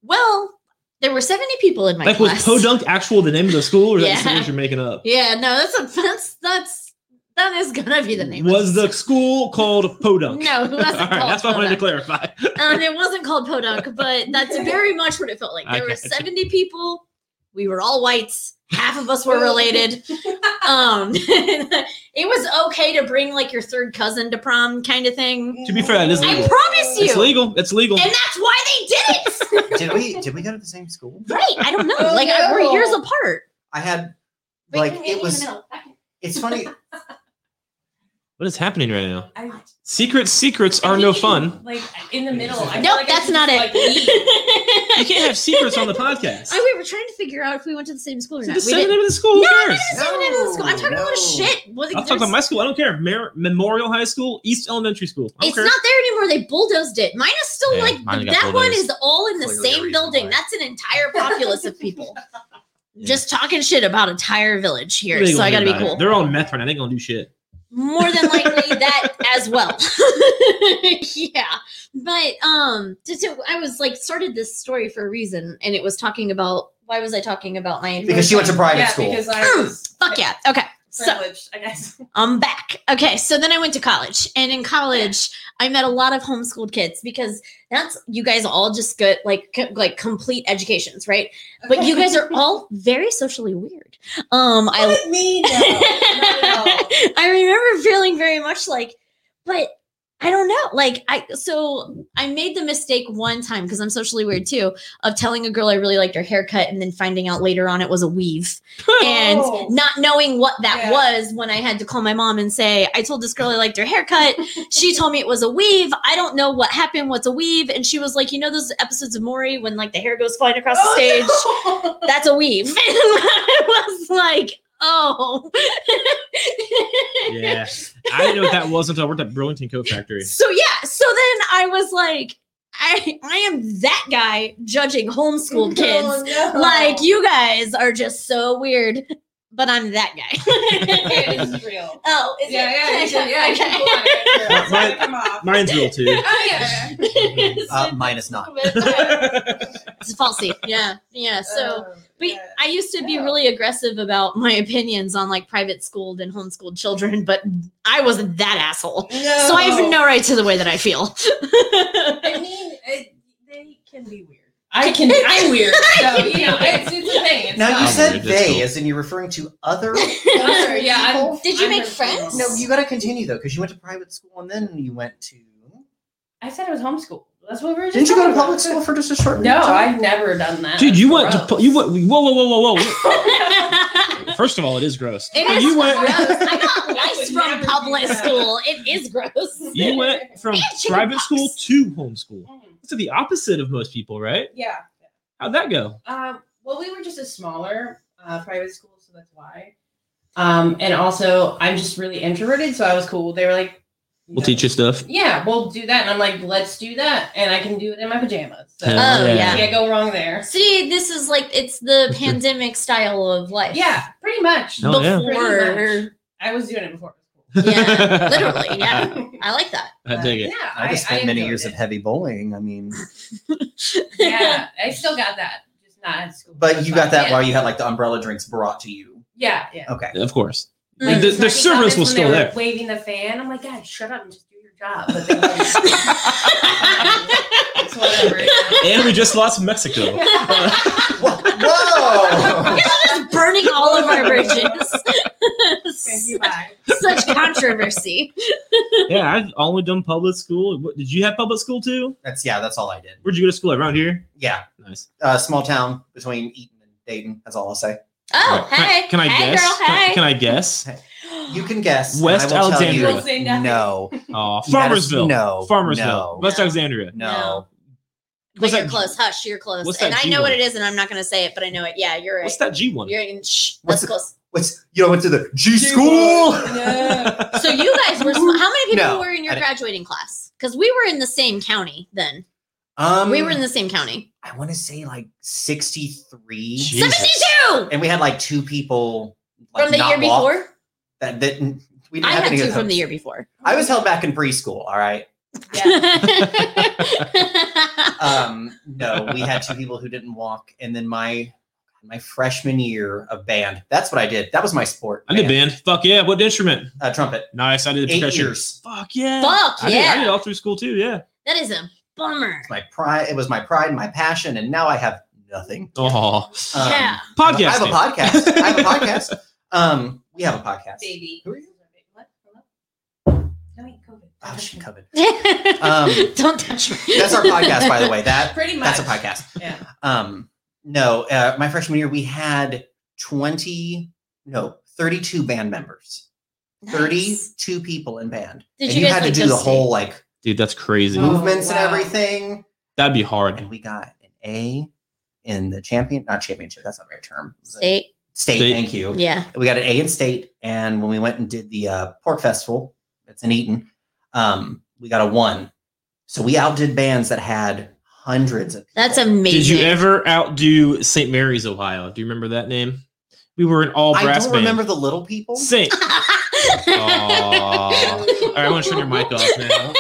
Speaker 4: Well, there were 70 people in my
Speaker 1: Like, was
Speaker 4: class.
Speaker 1: Podunk actual the name of the school, or is that just
Speaker 4: Yeah.
Speaker 1: something you're making up?
Speaker 4: yeah, no, that's a, that's that's that is gonna be the name. of
Speaker 1: Was the school called Podunk?
Speaker 4: No, it wasn't
Speaker 1: All right,
Speaker 4: called
Speaker 1: that's what I wanted to
Speaker 4: Podunk.
Speaker 1: clarify.
Speaker 4: and it wasn't called podunk, but that's very much what it felt like.
Speaker 1: I
Speaker 4: There were
Speaker 1: gotcha.
Speaker 4: 70 people. We were all whites. Half of us were related. Um, it was okay to bring like your third cousin to prom, kind of thing.
Speaker 1: To be fair, that is
Speaker 4: I
Speaker 1: legal.
Speaker 4: promise
Speaker 1: It's
Speaker 4: you.
Speaker 1: legal. It's legal.
Speaker 4: And that's why they did it.
Speaker 2: did we did we go to the same school?
Speaker 4: right. I don't know.
Speaker 3: Oh,
Speaker 4: Like, I, we're
Speaker 3: no.
Speaker 4: years apart.
Speaker 2: I had
Speaker 5: Wait,
Speaker 2: like
Speaker 5: meet me in
Speaker 2: it
Speaker 5: the
Speaker 2: was.
Speaker 5: middle.
Speaker 2: It's funny.
Speaker 1: What is happening right now?
Speaker 3: I,
Speaker 1: Secret secrets are
Speaker 3: I
Speaker 1: no
Speaker 3: think,
Speaker 1: fun.
Speaker 3: Like in the middle. I feel
Speaker 4: Nope,
Speaker 3: like I
Speaker 4: that's
Speaker 3: should
Speaker 4: not
Speaker 3: just, like,
Speaker 4: it.
Speaker 3: leave.
Speaker 1: You can't have secrets on the podcast.
Speaker 4: Oh, we were trying to figure out if we went to the same school or
Speaker 1: So
Speaker 4: not.
Speaker 1: just
Speaker 4: We
Speaker 1: say the
Speaker 4: didn't.
Speaker 1: name of the school. Who
Speaker 4: No,
Speaker 1: cares?
Speaker 4: This is the name of the school. I'm talking a lot of
Speaker 2: No, no.
Speaker 4: shit. Well,
Speaker 1: I'll talk about
Speaker 4: there's-
Speaker 1: my school. I don't care. Mer- Memorial High School, East Elementary School. I don't
Speaker 4: It's
Speaker 1: care.
Speaker 4: not there anymore. They bulldozed it. Mine is still
Speaker 1: Yeah,
Speaker 4: like
Speaker 1: mine got
Speaker 4: that one
Speaker 1: bulldozed.
Speaker 4: is all in the
Speaker 2: Clearly a
Speaker 4: same
Speaker 2: reason
Speaker 4: building.
Speaker 2: why.
Speaker 4: That's an entire populace of people.
Speaker 1: Yeah.
Speaker 4: Just talking shit about entire village
Speaker 1: What
Speaker 4: here.
Speaker 1: are they
Speaker 4: So
Speaker 1: gonna
Speaker 4: I gotta
Speaker 1: do
Speaker 4: be
Speaker 1: about it?
Speaker 4: cool.
Speaker 1: They're all meth right now. They ain't gonna do shit.
Speaker 4: More than likely that as well. yeah. But um just so I was like started this story for a reason and it was talking about why was I talking about my
Speaker 2: Because she went to private
Speaker 3: yeah,
Speaker 2: school.
Speaker 3: because I was
Speaker 4: Fuck yeah. Okay. So
Speaker 3: privileged, I guess.
Speaker 4: I'm back. Okay, so then I went to college, and in college, I met a lot of homeschooled kids because that's you guys all just get like co- like complete educations, right? But you guys are all very socially weird. Um, I
Speaker 3: Not me. No, not at all.
Speaker 4: I remember feeling very much like, but I don't know. Like I so I made the mistake one time because I'm socially weird too of telling a girl I really liked her haircut and then finding out later on it was a weave and
Speaker 3: Oh.
Speaker 4: not knowing what that
Speaker 3: Yeah.
Speaker 4: was when I had to call my mom and say I told this girl I liked her haircut. she told me it was a weave. I don't know what happened. What's a weave? And she was like, you know those episodes of Maury when like the hair goes flying across the stage
Speaker 3: Oh, no.
Speaker 4: that's a weave. And I was like, oh.
Speaker 1: Yeah. I didn't know what that was until I worked at Burlington Coat Factory.
Speaker 4: So yeah, so then I was like, I I am that guy judging homeschooled kids.
Speaker 3: Oh, no.
Speaker 4: Like you guys are just so weird, but I'm that
Speaker 3: It
Speaker 4: guy.
Speaker 3: is real.
Speaker 4: oh, is
Speaker 5: Yeah, yeah,
Speaker 4: it?
Speaker 5: it's real. Yeah, it's
Speaker 4: Okay.
Speaker 5: real.
Speaker 3: It's
Speaker 1: My-
Speaker 3: gotta come off.
Speaker 1: Mine's real too.
Speaker 5: Oh, yeah.
Speaker 2: Uh, mine is not.
Speaker 1: Uh,
Speaker 4: It's falsy. Yeah, yeah. So.
Speaker 3: Oh,
Speaker 4: But
Speaker 3: yeah.
Speaker 4: I used to be
Speaker 3: Yeah.
Speaker 4: really aggressive about my opinions on like private schooled and homeschooled children, but I wasn't that asshole.
Speaker 3: No.
Speaker 4: So I
Speaker 1: Oh.
Speaker 4: have no right to the way that I feel.
Speaker 3: I mean, it, they can be weird. I can. I'm weird. So you know, it's, it's a thing. It's
Speaker 2: Now you
Speaker 1: I'm
Speaker 3: not-
Speaker 2: said
Speaker 1: weird, that's
Speaker 2: they,
Speaker 1: cool.
Speaker 2: as in you're referring to other.
Speaker 3: I'm sorry, yeah, I'm-
Speaker 2: people?
Speaker 4: Did you
Speaker 3: I'm
Speaker 4: make
Speaker 3: a-
Speaker 4: friends?
Speaker 2: No, you got to continue though, because you went to private school and then you went to.
Speaker 3: I said it was homeschool. That's what we were. Just
Speaker 2: Didn't you go
Speaker 3: talking
Speaker 2: to
Speaker 3: about.
Speaker 2: public school for just a short?
Speaker 3: No,
Speaker 2: time?
Speaker 3: I've never done that.
Speaker 1: Dude, you went
Speaker 3: That's
Speaker 1: to pu- you went. Whoa, whoa, whoa, whoa, whoa!
Speaker 4: it
Speaker 1: First of all, it is gross.
Speaker 4: is
Speaker 1: Oh, you
Speaker 4: gross.
Speaker 1: went.
Speaker 4: I got
Speaker 3: I
Speaker 4: lice
Speaker 3: would
Speaker 4: from
Speaker 3: never
Speaker 4: public
Speaker 3: do that.
Speaker 4: school. It is gross.
Speaker 1: You went from
Speaker 4: And chicken
Speaker 1: private
Speaker 4: pox.
Speaker 1: school to homeschool.
Speaker 3: Mm,
Speaker 1: It's the opposite of most people, right?
Speaker 3: Yeah.
Speaker 1: How'd that go?
Speaker 3: Um, well, we were just a smaller uh, private school, so that's why. Um, and also, I'm just really introverted, so I was cool. They were like, you
Speaker 1: We'll
Speaker 3: know,
Speaker 1: teach you stuff.
Speaker 3: Yeah, we'll do that. And I'm like, let's do that. And I can do it in my pajamas. So
Speaker 4: Oh, yeah.
Speaker 3: can't go wrong there.
Speaker 4: See, this is like it's the pandemic style of life.
Speaker 3: Yeah, pretty much.
Speaker 1: Oh, yeah.
Speaker 4: Before,
Speaker 3: I was doing it before.
Speaker 4: yeah, literally, yeah. I like that.
Speaker 1: I dig it.
Speaker 3: Yeah,
Speaker 2: I just spent many
Speaker 3: enjoyed
Speaker 2: years
Speaker 3: it.
Speaker 2: of heavy bowling. I mean,
Speaker 3: Yeah, I still got that. Just not at school.
Speaker 2: but you got that
Speaker 3: yeah.
Speaker 2: while you had like the umbrella drinks brought to you.
Speaker 3: Yeah, yeah.
Speaker 2: Okay.
Speaker 1: Of course.
Speaker 4: Like,
Speaker 1: the,
Speaker 3: just
Speaker 1: the
Speaker 3: like these
Speaker 1: service
Speaker 3: comments
Speaker 1: was
Speaker 3: when they
Speaker 1: still
Speaker 3: were
Speaker 1: there.
Speaker 3: Waving the fan. I'm like, God, shut up and just do your job. But they wouldn't. it's whatever.
Speaker 1: And we just lost Mexico.
Speaker 2: Wha- Whoa!
Speaker 4: just burning all of our bridges.
Speaker 3: you, bye.
Speaker 4: Such controversy.
Speaker 1: yeah, I've only done public school. What, did you have public school too?
Speaker 2: that's yeah. That's all I did.
Speaker 1: Where'd you go to school? Around here?
Speaker 2: Yeah,
Speaker 1: Nice.
Speaker 2: uh, small town between Eaton and Dayton. That's all I'll say.
Speaker 4: Oh,
Speaker 1: Right. Can I- Can I,
Speaker 4: hey. hey,
Speaker 1: guess?
Speaker 4: Girl,
Speaker 1: Can I-
Speaker 4: hey.
Speaker 1: Can, I guess?
Speaker 2: You can guess.
Speaker 1: West
Speaker 2: and I will
Speaker 1: Alexandria.
Speaker 2: Tell
Speaker 3: We'll say
Speaker 2: you,
Speaker 3: nothing.
Speaker 2: no.
Speaker 1: Oh,
Speaker 2: That is-
Speaker 1: Farmersville.
Speaker 2: No.
Speaker 1: Farmersville.
Speaker 2: No.
Speaker 1: West
Speaker 4: No.
Speaker 1: Alexandria.
Speaker 2: no.
Speaker 4: but
Speaker 1: What's
Speaker 4: you're
Speaker 1: that-
Speaker 4: close. Hush, you're close.
Speaker 1: what's
Speaker 4: and
Speaker 1: that
Speaker 4: I know
Speaker 1: G
Speaker 4: what
Speaker 1: word?
Speaker 4: it is, and I'm not going to say it, but I know it. Yeah, you're right.
Speaker 1: What's that G one?
Speaker 4: You're in. Shh.
Speaker 2: What's
Speaker 4: That's close.
Speaker 2: What's you know? Went to the G school.
Speaker 3: No.
Speaker 4: So you guys were. sm- How many people
Speaker 2: No,
Speaker 4: were in your
Speaker 2: I didn't.
Speaker 4: graduating class? Because we were in the same county then.
Speaker 2: Um,
Speaker 4: we were in the same county.
Speaker 2: I want to say like sixty three.
Speaker 1: Jeez. Jesus.
Speaker 4: Seventy-two
Speaker 2: and we had like two people like,
Speaker 4: from the
Speaker 2: not
Speaker 4: year
Speaker 2: walk-
Speaker 4: before.
Speaker 2: That, that we didn't
Speaker 4: I
Speaker 2: have
Speaker 4: had
Speaker 2: any
Speaker 4: two
Speaker 2: of
Speaker 4: from
Speaker 2: those.
Speaker 4: the year before.
Speaker 2: I was held back in preschool. All right,
Speaker 3: Yeah.
Speaker 2: um, no, we had two people who didn't walk, and then my my freshman year of band. That's what I did. That was my sport.
Speaker 1: I did band. Fuck yeah. What instrument?
Speaker 2: Uh, trumpet.
Speaker 1: Nice. I did
Speaker 2: Eight
Speaker 1: percussion.
Speaker 2: years.
Speaker 1: Fuck yeah.
Speaker 4: Fuck
Speaker 1: I did, I
Speaker 4: yeah.
Speaker 1: did all through school too. Yeah.
Speaker 4: That is a bummer.
Speaker 2: It's my pride. It was my pride, my passion, and now I have nothing.
Speaker 1: Oh,
Speaker 2: Um,
Speaker 4: yeah.
Speaker 1: podcast.
Speaker 2: I have a podcast. I have a podcast. Um, we have a podcast.
Speaker 3: baby.
Speaker 2: Who are you?
Speaker 3: What? Hello? No, wait, COVID.
Speaker 2: Oh, she covered. Um,
Speaker 4: Don't touch me.
Speaker 2: That's our podcast, by the way. That
Speaker 3: Pretty much.
Speaker 2: that's a podcast.
Speaker 3: Yeah.
Speaker 2: Um, no, uh, my freshman year we had 20, no, 32 band members.
Speaker 4: Nice.
Speaker 2: 32 people in band.
Speaker 4: Did
Speaker 2: and
Speaker 4: you
Speaker 2: you,
Speaker 4: guys,
Speaker 2: had to
Speaker 4: like,
Speaker 2: do
Speaker 4: just
Speaker 2: the
Speaker 4: stay-
Speaker 2: whole like
Speaker 1: Dude, that's crazy.
Speaker 3: Oh,
Speaker 2: movements
Speaker 3: wow.
Speaker 2: and everything.
Speaker 1: That'd be
Speaker 2: And
Speaker 1: hard.
Speaker 2: we got an A in the champion, not championship, that's not the right term. It was a
Speaker 4: State.
Speaker 2: State,
Speaker 1: State.
Speaker 2: thank you.
Speaker 4: Yeah.
Speaker 2: We got an A in state. And when we went and did the uh, pork festival, that's in Eaton, um, we got a one. So we outdid bands that had hundreds of
Speaker 4: That's
Speaker 2: people.
Speaker 4: amazing.
Speaker 1: Did you ever outdo St. Mary's, Ohio? Do you remember that name? We were an all
Speaker 2: I
Speaker 1: brass
Speaker 2: don't
Speaker 1: band.
Speaker 2: remember the little people.
Speaker 1: Saint. Aw. All right, I'm gonna turn your mic off now.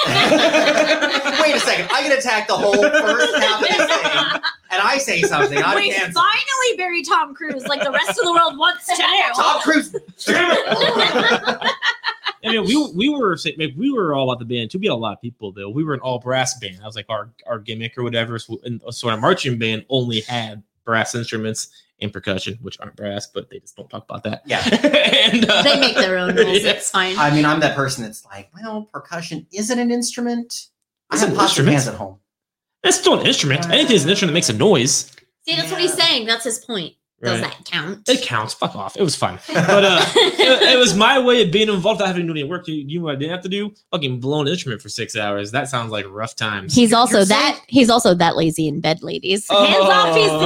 Speaker 2: Wait a second. I can attack the whole first half of this thing, and I say something. I'm
Speaker 4: We
Speaker 2: canceled.
Speaker 4: finally bury Tom Cruise like the rest of the world wants to
Speaker 2: Tom
Speaker 4: know.
Speaker 2: Cruise. Damn it.
Speaker 1: I mean, we we were Saint Mar- we were all about the band too. We had a lot of people though. We were an all brass band. I was like our our gimmick or whatever. So, and so our marching band only had brass instruments and percussion, which aren't brass, but they just don't talk about that.
Speaker 2: yeah.
Speaker 1: and uh,
Speaker 4: They make their own rules.
Speaker 1: Yeah.
Speaker 4: It's fine.
Speaker 2: I mean, I'm that person that's like, well, percussion isn't an instrument. I
Speaker 1: It's
Speaker 2: have
Speaker 1: an
Speaker 2: pots and
Speaker 1: instrument.
Speaker 2: pans at home.
Speaker 1: That's still an instrument. Anything's an instrument that makes a noise.
Speaker 4: See, that's what he's saying. That's his point. Does that count?
Speaker 1: It counts. Fuck off. It was fun. But uh it, it was my way of being involved without having to do any work. You, you know what I didn't have to do? Fucking blow an instrument for six hours. That sounds like rough times.
Speaker 4: He's also
Speaker 2: You're
Speaker 4: that. He's also that lazy in bed, ladies.
Speaker 1: Oh.
Speaker 4: Hands off, he's
Speaker 1: uh,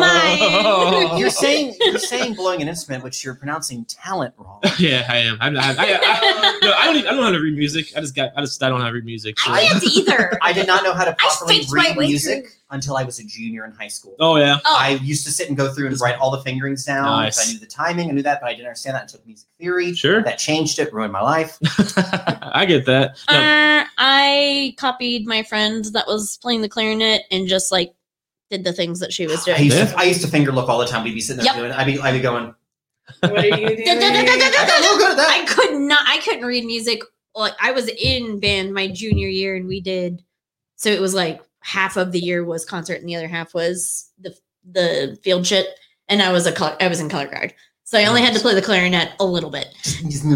Speaker 4: mine.
Speaker 2: You're saying you're saying blowing an instrument, which you're pronouncing talent wrong.
Speaker 1: Yeah, I am. I'm not. I, I, I, no, I don't. Even, I don't know how to read music. I just got. I just. I don't know how to read music. so-
Speaker 4: I can't either.
Speaker 2: I did not know how to properly
Speaker 4: faked my
Speaker 2: read
Speaker 4: way
Speaker 2: music
Speaker 4: through.
Speaker 2: until I was a junior in high school.
Speaker 1: Oh yeah.
Speaker 4: Oh.
Speaker 2: I used to sit and go through and write all the fingerings down.
Speaker 1: Nice.
Speaker 2: I knew the timing, I knew that, but I didn't understand that. I took music theory.
Speaker 1: Sure.
Speaker 2: That changed it, ruined my life.
Speaker 1: I get that. No,
Speaker 4: Uh, I copied my friend that was playing the clarinet and just like did the things that she was
Speaker 2: I
Speaker 4: doing.
Speaker 2: used,
Speaker 1: Yeah.
Speaker 2: to, I used to finger look all the time. We'd be sitting there
Speaker 4: Yep.
Speaker 2: doing. I'd be, I'd be going.
Speaker 3: What are you doing?
Speaker 2: I got real good at
Speaker 4: I
Speaker 2: that.
Speaker 4: could not. I couldn't read music. Like I was in band my junior year, and we did. So it was like half of the year was concert, and the other half was the the field shit. And I was a color, I was in color guard, so I only had to play the clarinet a little bit,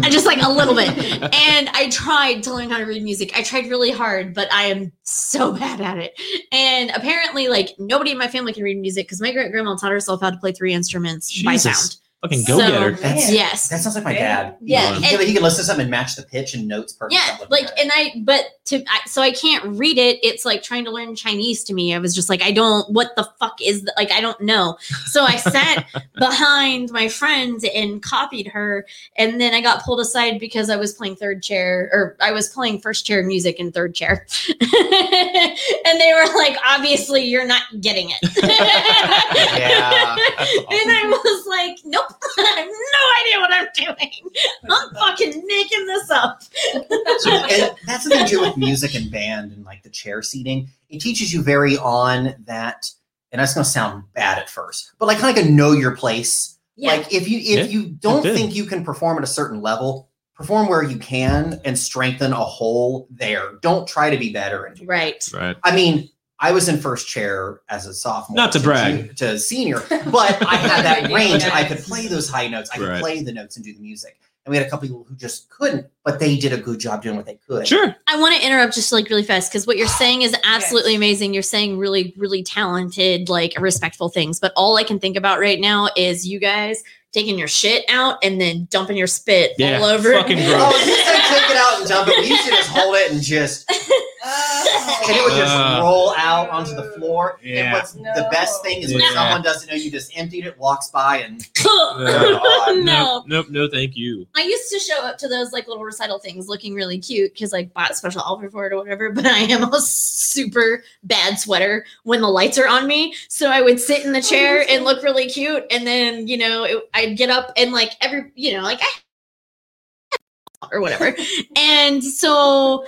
Speaker 4: I just like a little bit. And I tried to learn how to read music. I tried really hard, but I am so bad at it. And apparently, like nobody in my family can read music because my great grandma taught herself how to play three instruments by
Speaker 1: Jesus.
Speaker 4: sound.
Speaker 1: fucking go getter.
Speaker 2: That's-
Speaker 4: Yes.
Speaker 2: That sounds like my
Speaker 3: Yeah.
Speaker 2: dad.
Speaker 4: Yeah,
Speaker 2: he,
Speaker 4: and-
Speaker 2: can, he can listen to something and match the pitch and notes perfectly.
Speaker 4: yeah like and i but to I, so i can't read it it's like trying to learn chinese to me i was just like i don't what the fuck is that like i don't know so i sat behind my friend and copied her and then i got pulled aside because i was playing third chair or i was playing first chair music and third chair and they were like obviously you're not getting it
Speaker 2: yeah,
Speaker 1: That's awesome.
Speaker 4: And I was like, nope, I have no idea what I'm doing. I'm fucking making this up.
Speaker 2: So, and that's the thing too with music and band and like the chair seating. It teaches you very on that, and that's gonna sound bad at first, but like kind of like a know your place Like if you if
Speaker 1: Yeah,
Speaker 2: you don't
Speaker 1: did.
Speaker 2: think you can perform at a certain level, perform where you can and strengthen a hole there. Don't try to be better and do-
Speaker 4: Right.
Speaker 1: Right.
Speaker 2: I mean, I was in first chair as a sophomore.
Speaker 1: Not to brag.
Speaker 2: ju- to senior, but I had that range. I could play those high notes. I could
Speaker 1: Right.
Speaker 2: play the notes and do the music. And we had a couple people who just couldn't, but they did a good job doing what they could.
Speaker 1: Sure.
Speaker 4: I want to interrupt just like really fast because what you're saying is absolutely
Speaker 3: Yes.
Speaker 4: amazing. You're saying really, really talented, like respectful things. But all I can think about right now is you guys taking your shit out and then dumping your spit
Speaker 1: Yeah,
Speaker 4: all over.
Speaker 1: fucking gross.
Speaker 2: Oh, you said take it out and dump it. We used to just hold it and just, and it would
Speaker 3: Oh.
Speaker 2: just
Speaker 1: Uh.
Speaker 2: roll out onto the floor. And
Speaker 1: Yeah.
Speaker 2: what's the best thing is when
Speaker 1: Yeah.
Speaker 2: someone doesn't know you just emptied it, walks by, and
Speaker 4: no.
Speaker 1: Nope. Nope. No. Thank you.
Speaker 4: I used to show up to those like little recital things looking really cute because I bought special outfit for it or whatever, but I am a super bad sweater when the lights are on me. So I would sit in the chair and look really cute. And then, you know, it, I'd get up and like every, you know, like I, or whatever. And so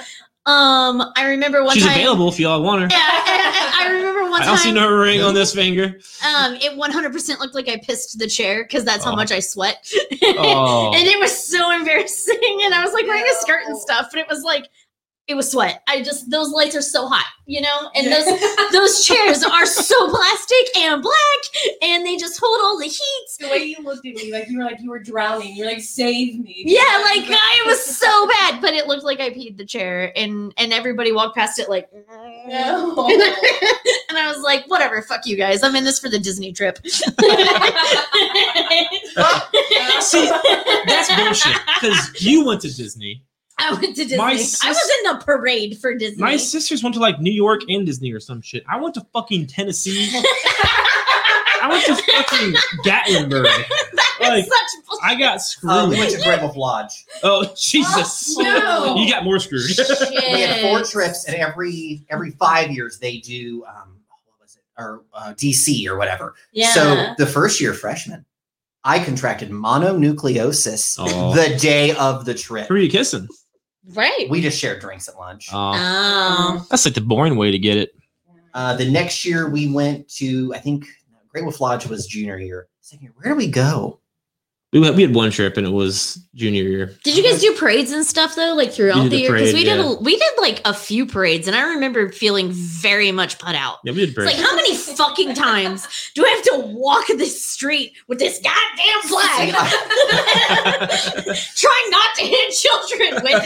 Speaker 4: Um, I remember one
Speaker 1: She's
Speaker 4: time.
Speaker 1: available if y'all want her.
Speaker 4: Yeah, I, I remember one
Speaker 1: I
Speaker 4: time.
Speaker 1: don't see no ring on this finger.
Speaker 4: um, it 100% looked like I pissed the chair because that's
Speaker 1: Oh.
Speaker 4: how much I sweat.
Speaker 1: Oh.
Speaker 4: and it was so embarrassing. And I was like wearing a skirt and
Speaker 3: No.
Speaker 4: stuff, but it was like, it was sweat. I just those lights are so hot, you know, and
Speaker 3: Yeah.
Speaker 4: those those chairs are so plastic and black, and they just hold all the heat.
Speaker 3: the way you looked at me, like you were like you were drowning. You're like, save me.
Speaker 4: Yeah, like I it was so bad, but it looked like I peed the chair, and and everybody walked past it like.
Speaker 3: No.
Speaker 4: and I was like, whatever, fuck you guys. I'm in this for the Disney trip.
Speaker 1: See, That's bullshit. Because you went to Disney.
Speaker 4: I went to Disney.
Speaker 1: My
Speaker 4: I was
Speaker 1: sis-
Speaker 4: in the parade for Disney.
Speaker 1: My sisters went to like New York and Disney or some shit. I went to fucking Tennessee. I went to fucking Gatlinburg.
Speaker 4: That's
Speaker 1: Like,
Speaker 4: such bullshit.
Speaker 1: I got
Speaker 2: Uh, we went
Speaker 1: screwed.
Speaker 2: to Bremen Lodge.
Speaker 1: Oh, Jesus.
Speaker 4: Oh,
Speaker 3: no.
Speaker 1: You got more screwed.
Speaker 2: We had four
Speaker 4: Shit.
Speaker 2: trips, and every every five years they do um, what was it or uh, DC or whatever.
Speaker 4: Yeah.
Speaker 2: So the first year freshman, I contracted mononucleosis
Speaker 1: Oh.
Speaker 2: the day of the trip.
Speaker 1: Who are you kissing?
Speaker 4: right.
Speaker 2: We just shared drinks at lunch.
Speaker 1: Oh,
Speaker 4: Um,
Speaker 1: that's like the boring way to get it.
Speaker 2: Uh, the next year we went to I think Great Wolf Lodge was junior year. Second year, where do we go?
Speaker 1: We had, we had one trip and it was junior year.
Speaker 4: did you guys do parades and stuff though, like
Speaker 1: We
Speaker 4: throughout
Speaker 1: did
Speaker 4: the
Speaker 1: the
Speaker 4: year? Because
Speaker 1: parade,
Speaker 4: we did
Speaker 1: yeah.
Speaker 4: a, we did like a few parades, and I remember feeling very much put out.
Speaker 1: Yeah, we did
Speaker 4: It's
Speaker 1: parade.
Speaker 4: like how many fucking times do I have to walk this street with this goddamn flag, trying not to hit children with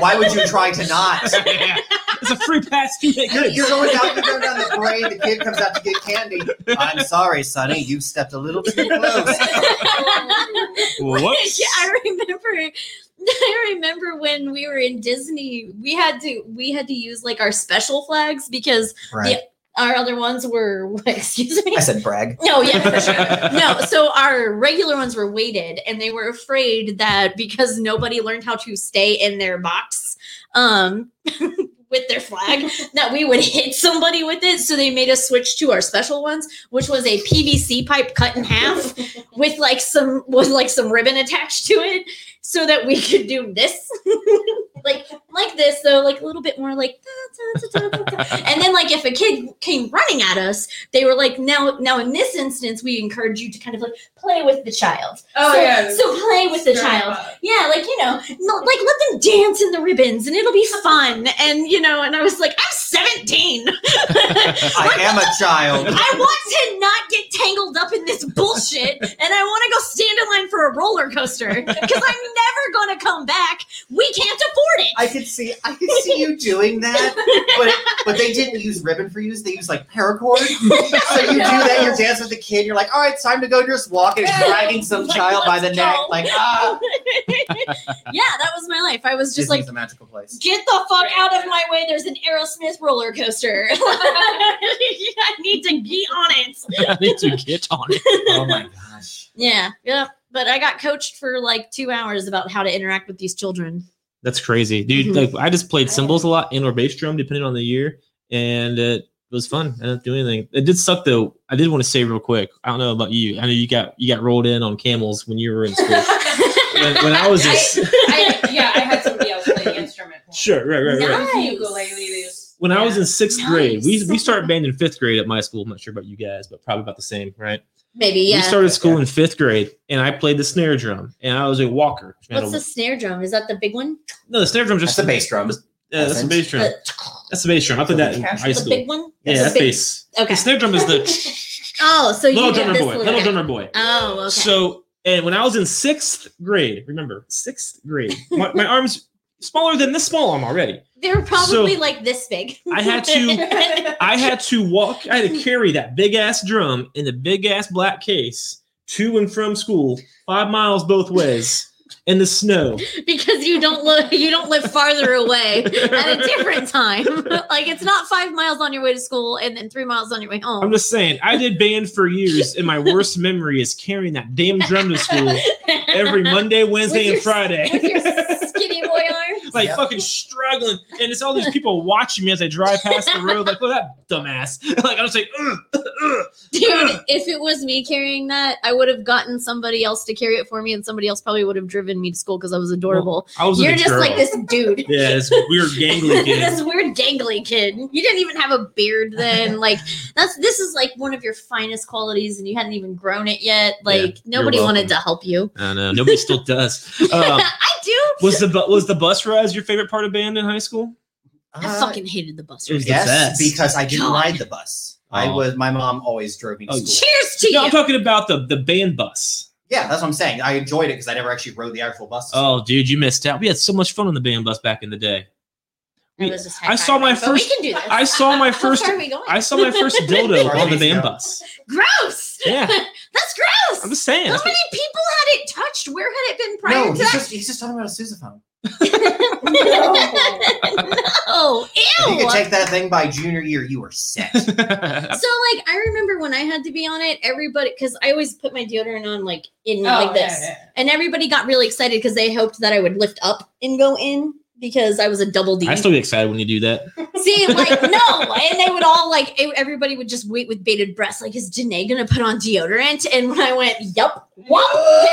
Speaker 2: Why would you try to not?
Speaker 1: it's a free pass to get
Speaker 2: You're,
Speaker 1: good.
Speaker 2: you're going down, you're going down the parade. The kid comes out to get candy. I'm sorry, Sonny. You stepped a little too close.
Speaker 4: Oh,
Speaker 1: Whoops.
Speaker 4: Yeah, I remember. I remember when we were in Disney, we had to we had to use like our special flags because
Speaker 2: Right.
Speaker 4: our other ones were what, excuse me.
Speaker 2: I said brag.
Speaker 4: No, yeah, for sure. No, so our regular ones were weighted, and they were afraid that because nobody learned how to stay in their box um, with their flag, that we would hit somebody with it. So they made us switch to our special ones, which was a PVC pipe cut in half with like some with like some ribbon attached to it, so that we could do this, like like this though, like a little bit more like. da, da, da, da, da. And then like if a kid came running at us, they were like, now now in this instance, we encourage you to kind of like play with the child.
Speaker 3: Oh
Speaker 4: so,
Speaker 3: yeah.
Speaker 4: So play with the child. Yeah, like you know, no- like let them dance in the ribbons and it'll be fun. And you know, and I was like, I'm 17.
Speaker 2: I am a child.
Speaker 4: I want to not get tangled up in this bullshit, and I want to go stand in line for a roller coaster because I'm never gonna come back. We can't afford it.
Speaker 2: I could see, I could see you doing that, but but they didn't use ribbon for you. They used like paracord. So you do that. You're dancing with the kid. You're like, all right, it's time to go. You're just walking, dragging some
Speaker 4: Like,
Speaker 2: child by the
Speaker 4: let's
Speaker 2: neck.
Speaker 4: go.
Speaker 2: Like ah,
Speaker 4: yeah, that was my life. I was just
Speaker 2: Disney's
Speaker 4: like
Speaker 2: a magical place.
Speaker 4: get the fuck out of my way. There's an Aerosmith roller coaster. I need to get on it.
Speaker 1: I need to get on it.
Speaker 2: Oh my gosh.
Speaker 4: Yeah, yeah. But I got coached for like two hours about how to interact with these children.
Speaker 1: That's crazy, dude.
Speaker 4: Mhm.
Speaker 1: Like I just played cymbals a lot and or bass drum, depending on the year, and it was fun. I didn't do anything. It did suck though. I did want to say real quick. I don't know about you. I know you got you got rolled in on camels when you were in school. when, when I was a,
Speaker 3: I, yeah, I had somebody else play the instrument. for me.
Speaker 1: sure, right, right, right.
Speaker 4: Nice.
Speaker 3: If you ukulele, they just-
Speaker 1: When I was in sixth
Speaker 4: Nice.
Speaker 1: grade, we we started band in fifth grade at my school. I'm not sure about you guys, but probably about the same, right?
Speaker 4: Maybe,
Speaker 1: We
Speaker 4: yeah.
Speaker 1: started school in fifth grade, and I played the snare drum, and I was a walker.
Speaker 4: What's the snare drum? Is that the big one?
Speaker 1: No, the snare drum
Speaker 2: That's
Speaker 1: just
Speaker 2: the bass drum.
Speaker 1: Yeah, that's the
Speaker 2: Essence.
Speaker 1: bass drum.
Speaker 4: The,
Speaker 1: That's the bass drum. I played that in high
Speaker 4: Uh, the
Speaker 1: school.
Speaker 4: big one?
Speaker 1: yeah,
Speaker 4: The
Speaker 1: that's
Speaker 4: big-
Speaker 1: bass.
Speaker 4: Okay.
Speaker 1: The snare drum is the
Speaker 4: Oh, so you
Speaker 1: little
Speaker 4: did
Speaker 1: drummer
Speaker 4: this
Speaker 1: boy.
Speaker 4: little-
Speaker 1: Little drummer boy.
Speaker 4: Oh, okay.
Speaker 1: So, and when I was in sixth grade, remember sixth grade, my, my arms smaller than this small arm already.
Speaker 4: they were probably
Speaker 1: so
Speaker 4: like this big.
Speaker 1: I had to- I had to walk. I had to carry that big ass drum in the big ass black case to and from school, five miles both ways in the snow.
Speaker 4: because you don't live you don't live farther away at a different time. like it's not five miles on your way to school and then three miles on your way home.
Speaker 1: I'm just saying, I did band for years, and my worst memory is carrying that damn drum to school every Monday, Wednesday, and
Speaker 4: With your-
Speaker 1: Friday.
Speaker 4: with your skinny boy arms.
Speaker 1: like
Speaker 2: Yep.
Speaker 1: fucking struggling, and it's all these people watching me as I drive past the road. Like, look at that dumbass. like I'm just like, "Ugh, ugh."
Speaker 4: Dude, if it was me carrying that, I would have gotten somebody else to carry it for me, and somebody else probably would have driven me to school because I was adorable.
Speaker 1: I was.
Speaker 4: You're
Speaker 1: a
Speaker 4: just
Speaker 1: girl.
Speaker 4: like this dude.
Speaker 1: Yeah, this weird gangly kid.
Speaker 4: this weird gangly kid. You didn't even have a beard then. Like that's this is like one of your finest qualities, and you hadn't even grown it yet. Like
Speaker 1: you're
Speaker 4: nobody wanted
Speaker 1: welcome.
Speaker 4: to help you.
Speaker 1: I know nobody still does. Um,
Speaker 4: I do.
Speaker 1: was the bu- was the bus rides your favorite part of band in high school?
Speaker 4: I
Speaker 2: Uh,
Speaker 4: fucking hated the bus.
Speaker 1: It was
Speaker 4: ride.
Speaker 1: the best.
Speaker 2: yes, because I didn't
Speaker 4: God.
Speaker 2: ride the bus. I
Speaker 1: Oh.
Speaker 2: was my mom always drove me to
Speaker 1: Oh,
Speaker 2: school.
Speaker 4: Cheers to
Speaker 1: No,
Speaker 4: you.
Speaker 1: I'm talking about the the band bus.
Speaker 2: Yeah, that's what I'm saying. I enjoyed it because I never actually rode the actual bus.
Speaker 1: Oh, dude, you missed out. We had so much fun on the band bus back in the day.
Speaker 4: I was just
Speaker 1: I saw
Speaker 4: high-fiving,
Speaker 1: my
Speaker 4: but
Speaker 1: first-
Speaker 4: We can do this.
Speaker 1: I saw my first.
Speaker 4: How far are we going?
Speaker 1: I saw my first dildo on the
Speaker 2: Sorry,
Speaker 1: band
Speaker 2: yeah.
Speaker 1: bus.
Speaker 4: gross.
Speaker 1: Yeah,
Speaker 4: That's gross.
Speaker 1: I'm just saying.
Speaker 4: How
Speaker 1: That's
Speaker 4: many
Speaker 1: what-
Speaker 4: people had it touched? Where had it been prior
Speaker 2: no,
Speaker 4: to
Speaker 2: he's
Speaker 4: that?
Speaker 2: just, he's just talking about a sousaphone.
Speaker 4: Oh,
Speaker 2: If you
Speaker 4: ew.
Speaker 2: could take that thing by junior year, you were set.
Speaker 4: So like I remember when I had to be on it, everybody because I always put my deodorant on like in
Speaker 3: Oh,
Speaker 4: like this,
Speaker 3: yeah, yeah.
Speaker 4: and everybody got really excited because they hoped that I would lift up and go in because I was a double D.
Speaker 1: I still get excited when you do that.
Speaker 4: See, like no, and they would all like e- everybody would just wait with bated breath, like is Janae gonna put on deodorant? And when I went, yup, whoop, they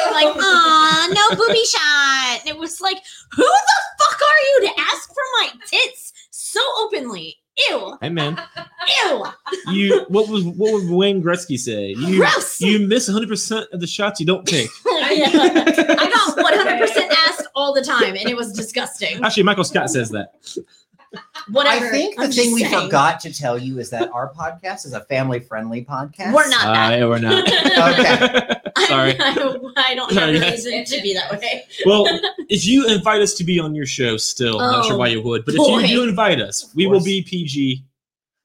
Speaker 4: were like, ah, no booby shot. And it was like, who the fuck are you to ask for my tits so openly? Ew,
Speaker 1: Hey, man,
Speaker 4: ew,
Speaker 1: you what was what would Wayne Gretzky say? You
Speaker 4: gross.
Speaker 1: you miss 100 percent of the shots you don't take.
Speaker 4: Yeah. I got 100% asked all the time, and it was disgusting.
Speaker 1: Actually, Michael Scott says that.
Speaker 2: I
Speaker 4: Whatever.
Speaker 2: think the
Speaker 4: I'm
Speaker 2: thing
Speaker 4: just
Speaker 2: we
Speaker 4: saying.
Speaker 2: forgot to tell you is that our podcast is a family friendly podcast.
Speaker 4: We're not
Speaker 1: Uh,
Speaker 4: that.
Speaker 1: yeah, we're not.
Speaker 2: Okay.
Speaker 1: Sorry.
Speaker 4: I, I don't have
Speaker 1: Sorry,
Speaker 4: a
Speaker 1: guys.
Speaker 4: reason to be that way.
Speaker 1: Well, if you invite us to be on your show, still, I'm not sure
Speaker 4: Oh,
Speaker 1: why you would, but
Speaker 4: boy.
Speaker 1: if you do invite us, we will be PG.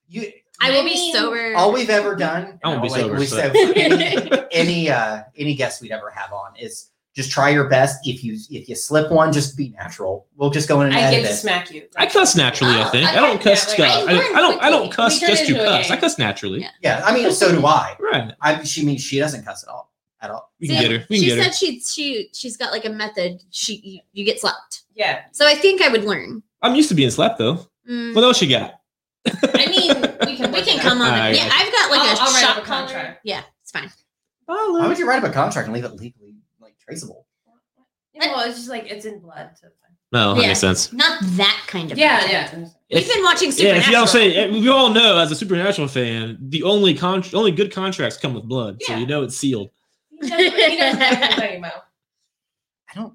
Speaker 2: You,
Speaker 4: I will
Speaker 5: mean,
Speaker 4: be sober.
Speaker 2: all we've ever done,
Speaker 1: I won't be
Speaker 2: like
Speaker 1: sober,
Speaker 2: we
Speaker 1: so-
Speaker 2: said, any, any uh any guest we'd ever have on is just try your best. If you if you slip one, just be natural. We'll just go in and
Speaker 3: I
Speaker 2: edit
Speaker 3: get to
Speaker 2: it.
Speaker 3: smack you.
Speaker 1: I cuss naturally, I
Speaker 4: Oh,
Speaker 1: think. I
Speaker 3: okay,
Speaker 1: don't cuss.
Speaker 3: yeah,
Speaker 1: uh,
Speaker 4: like, I
Speaker 1: I, don't- I don't. I don't
Speaker 4: learn
Speaker 1: cuss
Speaker 3: quickly. We
Speaker 1: just to
Speaker 3: turn into a
Speaker 1: cuss. I
Speaker 3: gang.
Speaker 1: cuss naturally.
Speaker 4: Yeah.
Speaker 2: Yeah, I mean, so do I.
Speaker 1: Right.
Speaker 2: I she means she doesn't cuss at all, at all.
Speaker 1: We can
Speaker 4: See,
Speaker 1: get her. We can
Speaker 4: she
Speaker 1: get her.
Speaker 4: said she she she's got like a method. She you, you get slapped.
Speaker 3: Yeah.
Speaker 4: So I think I would learn.
Speaker 1: I'm used to being slapped though.
Speaker 4: Mm,
Speaker 1: What else you got?
Speaker 5: I mean, we can
Speaker 4: we can come on.
Speaker 1: Alright.
Speaker 4: yeah, I've got like
Speaker 3: I'll-
Speaker 4: a
Speaker 3: I'll write up
Speaker 4: shock
Speaker 3: a
Speaker 4: collar.
Speaker 3: contract.
Speaker 4: Yeah, it's fine.
Speaker 2: Why
Speaker 1: Oh,
Speaker 2: would you write up a contract and leave it legally like traceable?
Speaker 3: Well, it's just like it's in blood. So.
Speaker 1: no, that
Speaker 4: Yeah.
Speaker 1: makes sense.
Speaker 4: Not that kind of.
Speaker 3: Yeah,
Speaker 4: project.
Speaker 3: yeah.
Speaker 4: We've been watching
Speaker 1: Yeah,
Speaker 4: Supernatural.
Speaker 1: if you don't say, eh, we all know as a supernatural fan, the only con- only good contracts come with blood, so
Speaker 3: Yeah.
Speaker 1: you know it's sealed.
Speaker 3: He doesn't, he doesn't have to play emo.
Speaker 2: I don't. I don't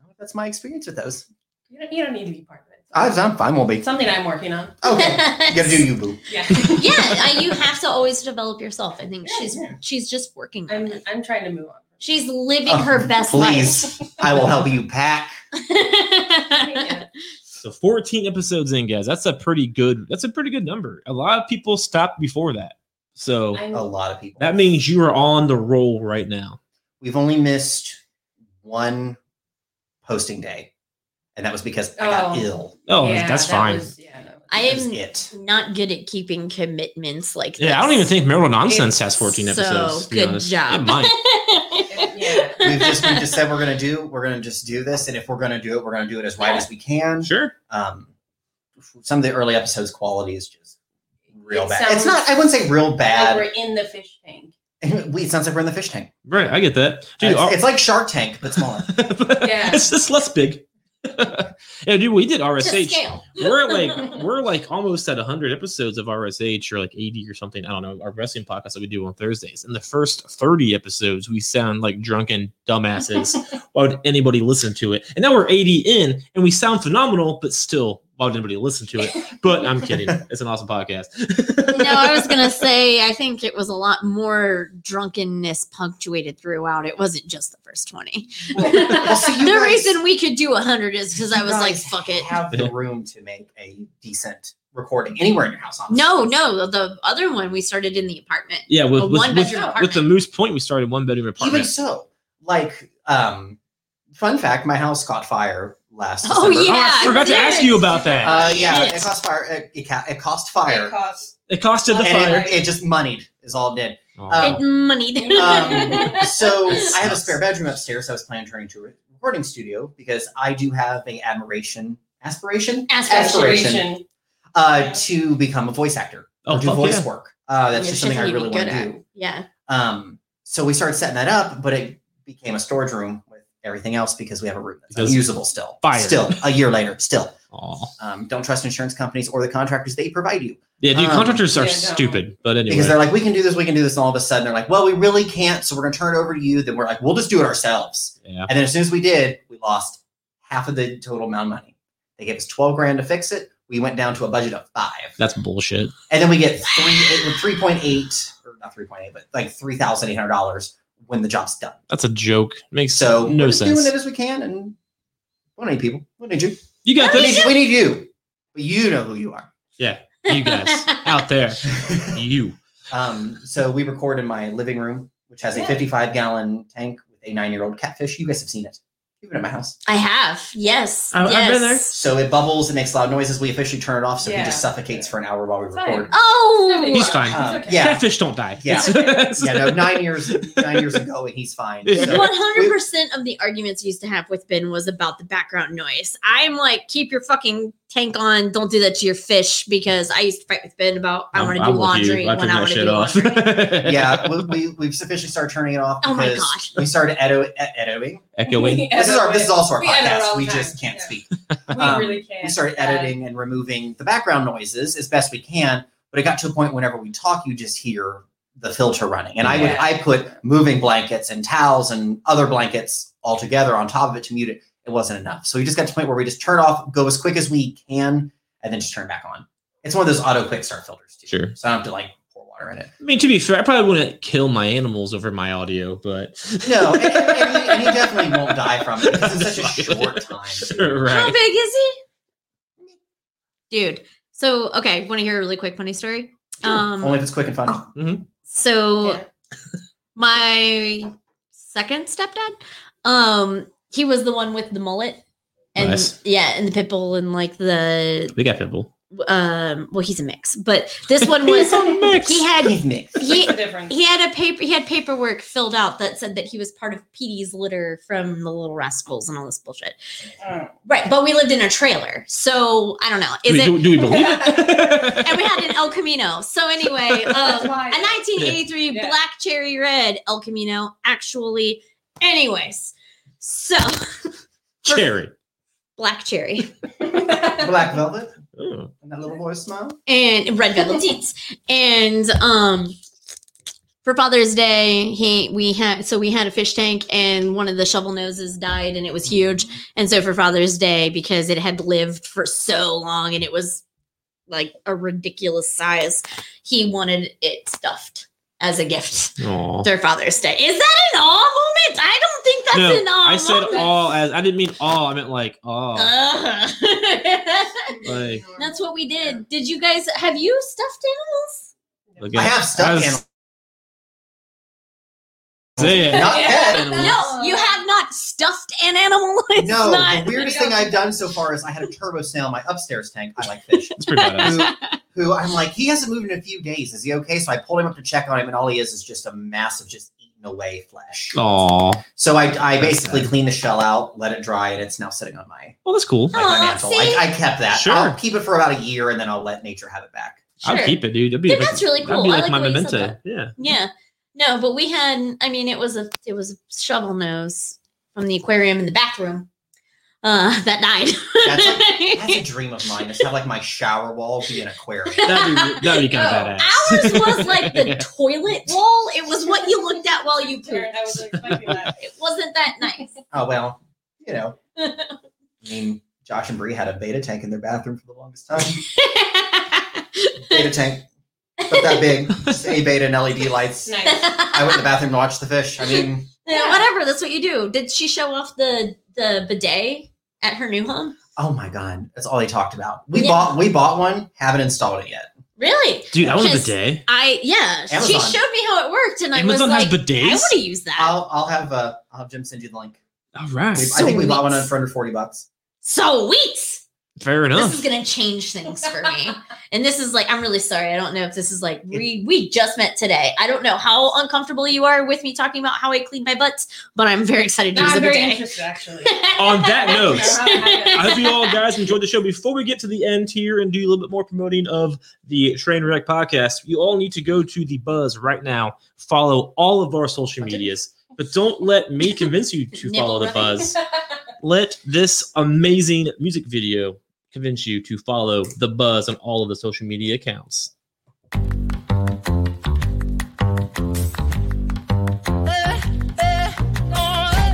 Speaker 2: know if That's my experience with those.
Speaker 3: You don't, you don't need to be part of it.
Speaker 2: I, I'm fine. Won't be.
Speaker 3: It's something I'm working on.
Speaker 2: Okay. You gotta do you, boo.
Speaker 3: Yeah.
Speaker 4: yeah, I, you have to always develop yourself. I think
Speaker 3: Yeah,
Speaker 4: she's
Speaker 3: yeah.
Speaker 4: she's just working on
Speaker 3: I'm
Speaker 4: it.
Speaker 3: I'm trying to move on.
Speaker 4: She's living
Speaker 2: Oh,
Speaker 4: her best
Speaker 2: Please, I will help you pack.
Speaker 4: life.
Speaker 3: Yeah.
Speaker 1: So 14 episodes in, guys. That's a pretty good. That's a pretty good number. A lot of people stopped before that, so
Speaker 3: I'm,
Speaker 2: A lot of people.
Speaker 1: that means you are on the roll right now.
Speaker 2: we've only missed one posting day, and that was because I got
Speaker 3: Oh.
Speaker 2: ill.
Speaker 1: Oh,
Speaker 3: yeah,
Speaker 1: that's
Speaker 3: that
Speaker 1: fine.
Speaker 3: was- yeah, that was-
Speaker 4: I
Speaker 2: That was
Speaker 4: am
Speaker 2: it.
Speaker 4: not good at keeping commitments like
Speaker 1: yeah, I don't
Speaker 4: this.
Speaker 1: even think Marital Nonsense has
Speaker 4: It's
Speaker 1: 14
Speaker 4: so
Speaker 1: episodes. to be
Speaker 4: good
Speaker 1: honest.
Speaker 4: job.
Speaker 1: It might.
Speaker 3: yeah.
Speaker 2: We've just we just said we're gonna do. We're gonna just do this, and if we're gonna do it, we're gonna do it as right as we can.
Speaker 1: Sure.
Speaker 2: Um, some of the early episodes quality is just real
Speaker 3: It
Speaker 2: bad. It's
Speaker 3: sounds
Speaker 2: not. I wouldn't say real
Speaker 3: Like
Speaker 2: bad.
Speaker 3: we're in the fish tank.
Speaker 2: We- it sounds like we're in the fish tank.
Speaker 1: Right. I get that. Dude,
Speaker 2: it's,
Speaker 1: our-
Speaker 2: it's like Shark Tank, but smaller.
Speaker 3: Yeah.
Speaker 1: it's just less big. yeah, dude, we did
Speaker 4: To
Speaker 1: RSH.
Speaker 4: scale.
Speaker 1: we're like we're like almost at 100 episodes of RSH or like 80 or something. I don't know. Our wrestling podcast that we do on Thursdays. In the first 30 episodes, we sound like drunken dumbasses. why would anybody listen to it? And now we're 80 in, and we sound phenomenal, but still, why would anybody listen to it? But I'm kidding. It's an awesome podcast.
Speaker 4: No, I was gonna say I think it was a lot more drunkenness punctuated throughout. It wasn't just the first twenty.
Speaker 2: Well, see, you
Speaker 4: the
Speaker 2: guys-
Speaker 4: reason we could do hundred is because I
Speaker 2: you
Speaker 4: was like,
Speaker 2: guys
Speaker 4: "Fuck it."
Speaker 2: Have the room to make a decent recording anywhere in your house. Honestly.
Speaker 4: No, no, the other one we started in the apartment.
Speaker 1: Yeah, with,
Speaker 4: A
Speaker 1: with,
Speaker 4: one
Speaker 1: with,
Speaker 4: bedroom
Speaker 1: with
Speaker 4: apartment.
Speaker 1: the Moose Point, we started one bedroom
Speaker 2: even
Speaker 1: apartment.
Speaker 2: so, like, um, fun fact: my house caught fire last.
Speaker 4: Oh,
Speaker 2: December.
Speaker 1: Oh, I
Speaker 4: Yeah,
Speaker 1: forgot to
Speaker 4: yes.
Speaker 1: ask you about that.
Speaker 2: Uh, yeah,
Speaker 4: Shit.
Speaker 2: it cost fire. It, it, ca- it cost
Speaker 3: It
Speaker 2: fire,
Speaker 3: costs.
Speaker 1: it costed the
Speaker 2: and
Speaker 1: fire.
Speaker 2: it, it just moneyed is all it did.
Speaker 1: Aw.
Speaker 4: It moneyed.
Speaker 2: Um, so I have a spare bedroom upstairs. I was planning on turning to a recording studio because I do have a admiration aspiration
Speaker 4: Aspiration.
Speaker 2: Aspiration. uh, to become a voice actor or
Speaker 1: Oh,
Speaker 2: do
Speaker 1: fuck
Speaker 2: voice
Speaker 1: yeah.
Speaker 2: work. Uh, that's
Speaker 4: Yeah,
Speaker 2: just
Speaker 4: shit
Speaker 2: something I
Speaker 4: you'd be
Speaker 2: really want
Speaker 4: good
Speaker 2: to
Speaker 4: at.
Speaker 2: do.
Speaker 4: Yeah.
Speaker 2: Um, so we started setting that up, but it became a storage room with everything else because we have a room that's
Speaker 1: Because
Speaker 2: unusable still.
Speaker 1: fire.
Speaker 2: Still, a year later, still.
Speaker 1: Aw.
Speaker 2: Um, don't trust insurance companies or the contractors they provide you
Speaker 1: Yeah, dude,
Speaker 2: Um,
Speaker 1: contractors are
Speaker 3: yeah, no.
Speaker 1: stupid. But anyway,
Speaker 2: because they're like, we can do this, we can do this, and all of a sudden they're like, well, we really can't, so we're gonna turn it over to you. Then we're like, we'll just do it ourselves.
Speaker 1: yeah.
Speaker 2: And then as soon as we did, we lost half of the total amount of money. They gave us twelve grand to fix it. We went down to a budget of five.
Speaker 1: That's bullshit.
Speaker 2: And then we get three three point eight or not three point eight, but like three thousand eight hundred dollars when the job's done.
Speaker 1: That's a joke. Makes
Speaker 2: So
Speaker 1: no
Speaker 2: we're just
Speaker 1: sense.
Speaker 2: doing it as we can, and we don't need people. We don't need you.
Speaker 1: You got
Speaker 2: We
Speaker 1: this.
Speaker 2: need, we need you. But you know who you are.
Speaker 1: Yeah, you guys out there, you.
Speaker 2: um, so we record in my living room, which has a
Speaker 3: Yeah.
Speaker 2: fifty-five gallon tank with a nine-year-old catfish. You guys have seen it. You've been at my house.
Speaker 4: I have. Yes.
Speaker 1: I- I've
Speaker 4: yes.
Speaker 1: been there.
Speaker 2: So it bubbles, it makes loud noises. We officially turn it off, so he
Speaker 3: Yeah.
Speaker 2: just suffocates for an hour while we
Speaker 3: Fine.
Speaker 2: record.
Speaker 4: Oh.
Speaker 1: He's fine.
Speaker 2: Um,
Speaker 3: okay.
Speaker 2: yeah,
Speaker 1: Catfish don't die.
Speaker 2: Yeah.
Speaker 1: It's-
Speaker 2: yeah, no, nine years, nine years ago, and he's fine.
Speaker 1: Yeah.
Speaker 2: So-
Speaker 4: One hundred percent of the arguments I used to have with Ben was about the background noise. I'm like, keep your fucking tank on. Don't do that to your fish because I used to fight with Ben about I
Speaker 1: I'm-
Speaker 4: want to
Speaker 1: I'm
Speaker 4: do
Speaker 1: with you.
Speaker 4: laundry
Speaker 1: I
Speaker 4: when
Speaker 1: took
Speaker 4: I
Speaker 1: my
Speaker 4: want to
Speaker 1: shit
Speaker 4: do
Speaker 1: off.
Speaker 4: laundry.
Speaker 2: yeah, we, we we've sufficiently started turning it off.
Speaker 4: Oh my
Speaker 2: because
Speaker 4: gosh.
Speaker 2: we started edo- e- edoing.
Speaker 1: Echoing.
Speaker 2: This is our this is also our
Speaker 3: We edit all
Speaker 2: podcast.
Speaker 3: the
Speaker 2: We
Speaker 3: time.
Speaker 2: just can't
Speaker 3: Yeah.
Speaker 2: speak. um,
Speaker 3: We really can.
Speaker 2: We started editing and removing the background noises as best we can, but it got to a point whenever we talk, you just hear the filter running. And I would
Speaker 3: Yeah.
Speaker 2: I put moving blankets and towels and other blankets all together on top of it to mute it. It wasn't enough. So we just got to a point where we just turn off, go as quick as we can, and then just turn back on. It's one of those auto quick start filters too.
Speaker 1: Sure.
Speaker 2: So I don't have to like pour water in it.
Speaker 1: I mean, to be fair, I probably wouldn't kill my animals over my audio, but
Speaker 2: No, and, and he, and he definitely won't die from it because it's such a short time.
Speaker 4: How
Speaker 1: right.
Speaker 4: big is he? Dude. So okay, want to hear a really quick funny story? Um
Speaker 2: Only if it's quick and fun.
Speaker 4: so
Speaker 3: Yeah.
Speaker 4: my second stepdad, um, he was the one with the mullet. And
Speaker 1: Nice.
Speaker 4: yeah, and the pit bull and like the
Speaker 1: We got pitbull.
Speaker 4: um well he's a mix but this one was
Speaker 1: on a mix.
Speaker 4: he had
Speaker 2: Evening.
Speaker 4: he
Speaker 3: What's the difference?
Speaker 4: he had a paper he had paperwork filled out that said that he was part of Petey's litter from the little rascals and all this bullshit
Speaker 3: Oh.
Speaker 4: right but we lived in a trailer so i don't know is
Speaker 1: do, we, do,
Speaker 4: it
Speaker 1: do we believe it?
Speaker 4: and we had an el camino so anyway
Speaker 3: That's
Speaker 4: um
Speaker 3: why-
Speaker 4: a 1983
Speaker 3: Yeah.
Speaker 4: black cherry red el camino actually anyways so
Speaker 1: Cherry.
Speaker 4: black cherry
Speaker 2: Black velvet
Speaker 1: Oh,
Speaker 2: and that little boy smile.
Speaker 4: and red velvet seats. And um for Father's Day, he we had so we had a fish tank and one of the shovel noses died and it was huge. And so for Father's Day, because it had lived for so long and it was like a ridiculous size, he wanted it stuffed as a gift
Speaker 1: aw.
Speaker 4: for Father's Day. Is that an awe moment? I don't think that's
Speaker 1: No,
Speaker 4: an awe
Speaker 1: I said
Speaker 4: moment.
Speaker 1: all as I didn't mean all. I meant like oh. all.
Speaker 4: Uh, Ugh.
Speaker 1: Like,
Speaker 4: that's what we did. Did you guys have you stuffed animals?
Speaker 1: look
Speaker 2: I
Speaker 1: at-
Speaker 2: have stuff.
Speaker 1: was- Say it.
Speaker 2: Not
Speaker 3: Yeah.
Speaker 2: pet.
Speaker 4: No, you have not stuffed an animal. It's
Speaker 2: No,
Speaker 4: not.
Speaker 2: the weirdest thing I've done so far is I had a turbo snail in my upstairs tank. I like fish.
Speaker 1: It's pretty badass.
Speaker 2: Who, who I'm like, he hasn't moved in a few days. Is he okay? So I pulled him up to check on him, and all he is is just a massive, just eaten away flesh.
Speaker 1: Aw.
Speaker 2: So I, I
Speaker 1: Oh. That's
Speaker 2: basically cleaned the shell out, let it dry, and it's now sitting on my,
Speaker 1: Well, that's cool.
Speaker 2: like,
Speaker 4: Aw,
Speaker 2: my mantle.
Speaker 4: see?
Speaker 2: I, I kept that.
Speaker 1: Sure.
Speaker 2: I'll keep it for about a year, and then I'll let nature have it back.
Speaker 1: I'd
Speaker 4: Sure.
Speaker 1: keep it, dude. That'd be
Speaker 4: Dude,
Speaker 1: like,
Speaker 4: that's really
Speaker 1: That'd
Speaker 4: cool.
Speaker 1: be
Speaker 4: I
Speaker 1: like,
Speaker 4: like
Speaker 1: my
Speaker 4: the way you said
Speaker 1: memento.
Speaker 4: that.
Speaker 1: Yeah.
Speaker 4: Yeah. No, but we had I mean it was a it was a shovel nose from the aquarium in the bathroom. Uh that died.
Speaker 2: That's a- That's a dream of mine. Is to have like my shower wall be an aquarium.
Speaker 1: That'd be that'd be kind of
Speaker 3: No,
Speaker 1: badass.
Speaker 4: Ours was like the toilet wall. It was what you looked at while you
Speaker 3: Sure,
Speaker 4: pooped.
Speaker 3: I was expecting that.
Speaker 4: It wasn't that nice.
Speaker 2: Oh well, you know. I mean, Josh and Bree had a beta tank in their bathroom for the longest time. beta tank, but that big, just A beta and LED lights.
Speaker 3: Nice.
Speaker 2: I went in the bathroom to watch the fish. I mean,
Speaker 4: Yeah, whatever. That's what you do. Did she show off the the bidet at her new home?
Speaker 2: oh my god, that's all they talked about. We
Speaker 4: Yeah.
Speaker 2: bought, we bought one, haven't installed it yet.
Speaker 4: Really?
Speaker 1: Dude, I want a
Speaker 4: Because
Speaker 1: bidet.
Speaker 4: I yeah. She
Speaker 2: Amazon.
Speaker 4: showed me how it worked, and I
Speaker 1: Amazon
Speaker 4: was
Speaker 1: has
Speaker 4: like, I
Speaker 1: bidets.
Speaker 4: want to use that.
Speaker 2: I'll, I'll have, uh, I'll have Jim send you the link.
Speaker 1: All right.
Speaker 2: We- I think we bought one
Speaker 4: Sweet.
Speaker 2: on for under forty bucks.
Speaker 4: so wheat.
Speaker 6: Fair
Speaker 4: This
Speaker 6: enough.
Speaker 4: is gonna change things for me. and this is like, I'm really sorry. I don't know if this is like we we just met today. I don't know how uncomfortable you are with me talking about how I clean my butts, but I'm very excited to
Speaker 3: No,
Speaker 4: use
Speaker 3: I'm
Speaker 4: it
Speaker 3: very
Speaker 4: today.
Speaker 3: interested actually.
Speaker 1: On that note, I
Speaker 3: note.
Speaker 1: hope you all guys enjoyed the show. Before we get to the end here and do a little bit more promoting of the Trainwreck podcast, you all need to go to the Buzz right now. Follow all of our social medias, but don't let me convince you to follow the
Speaker 4: Nipple
Speaker 1: Buzz. Let this amazing music video convince you to follow the Buzz on all of the social media accounts.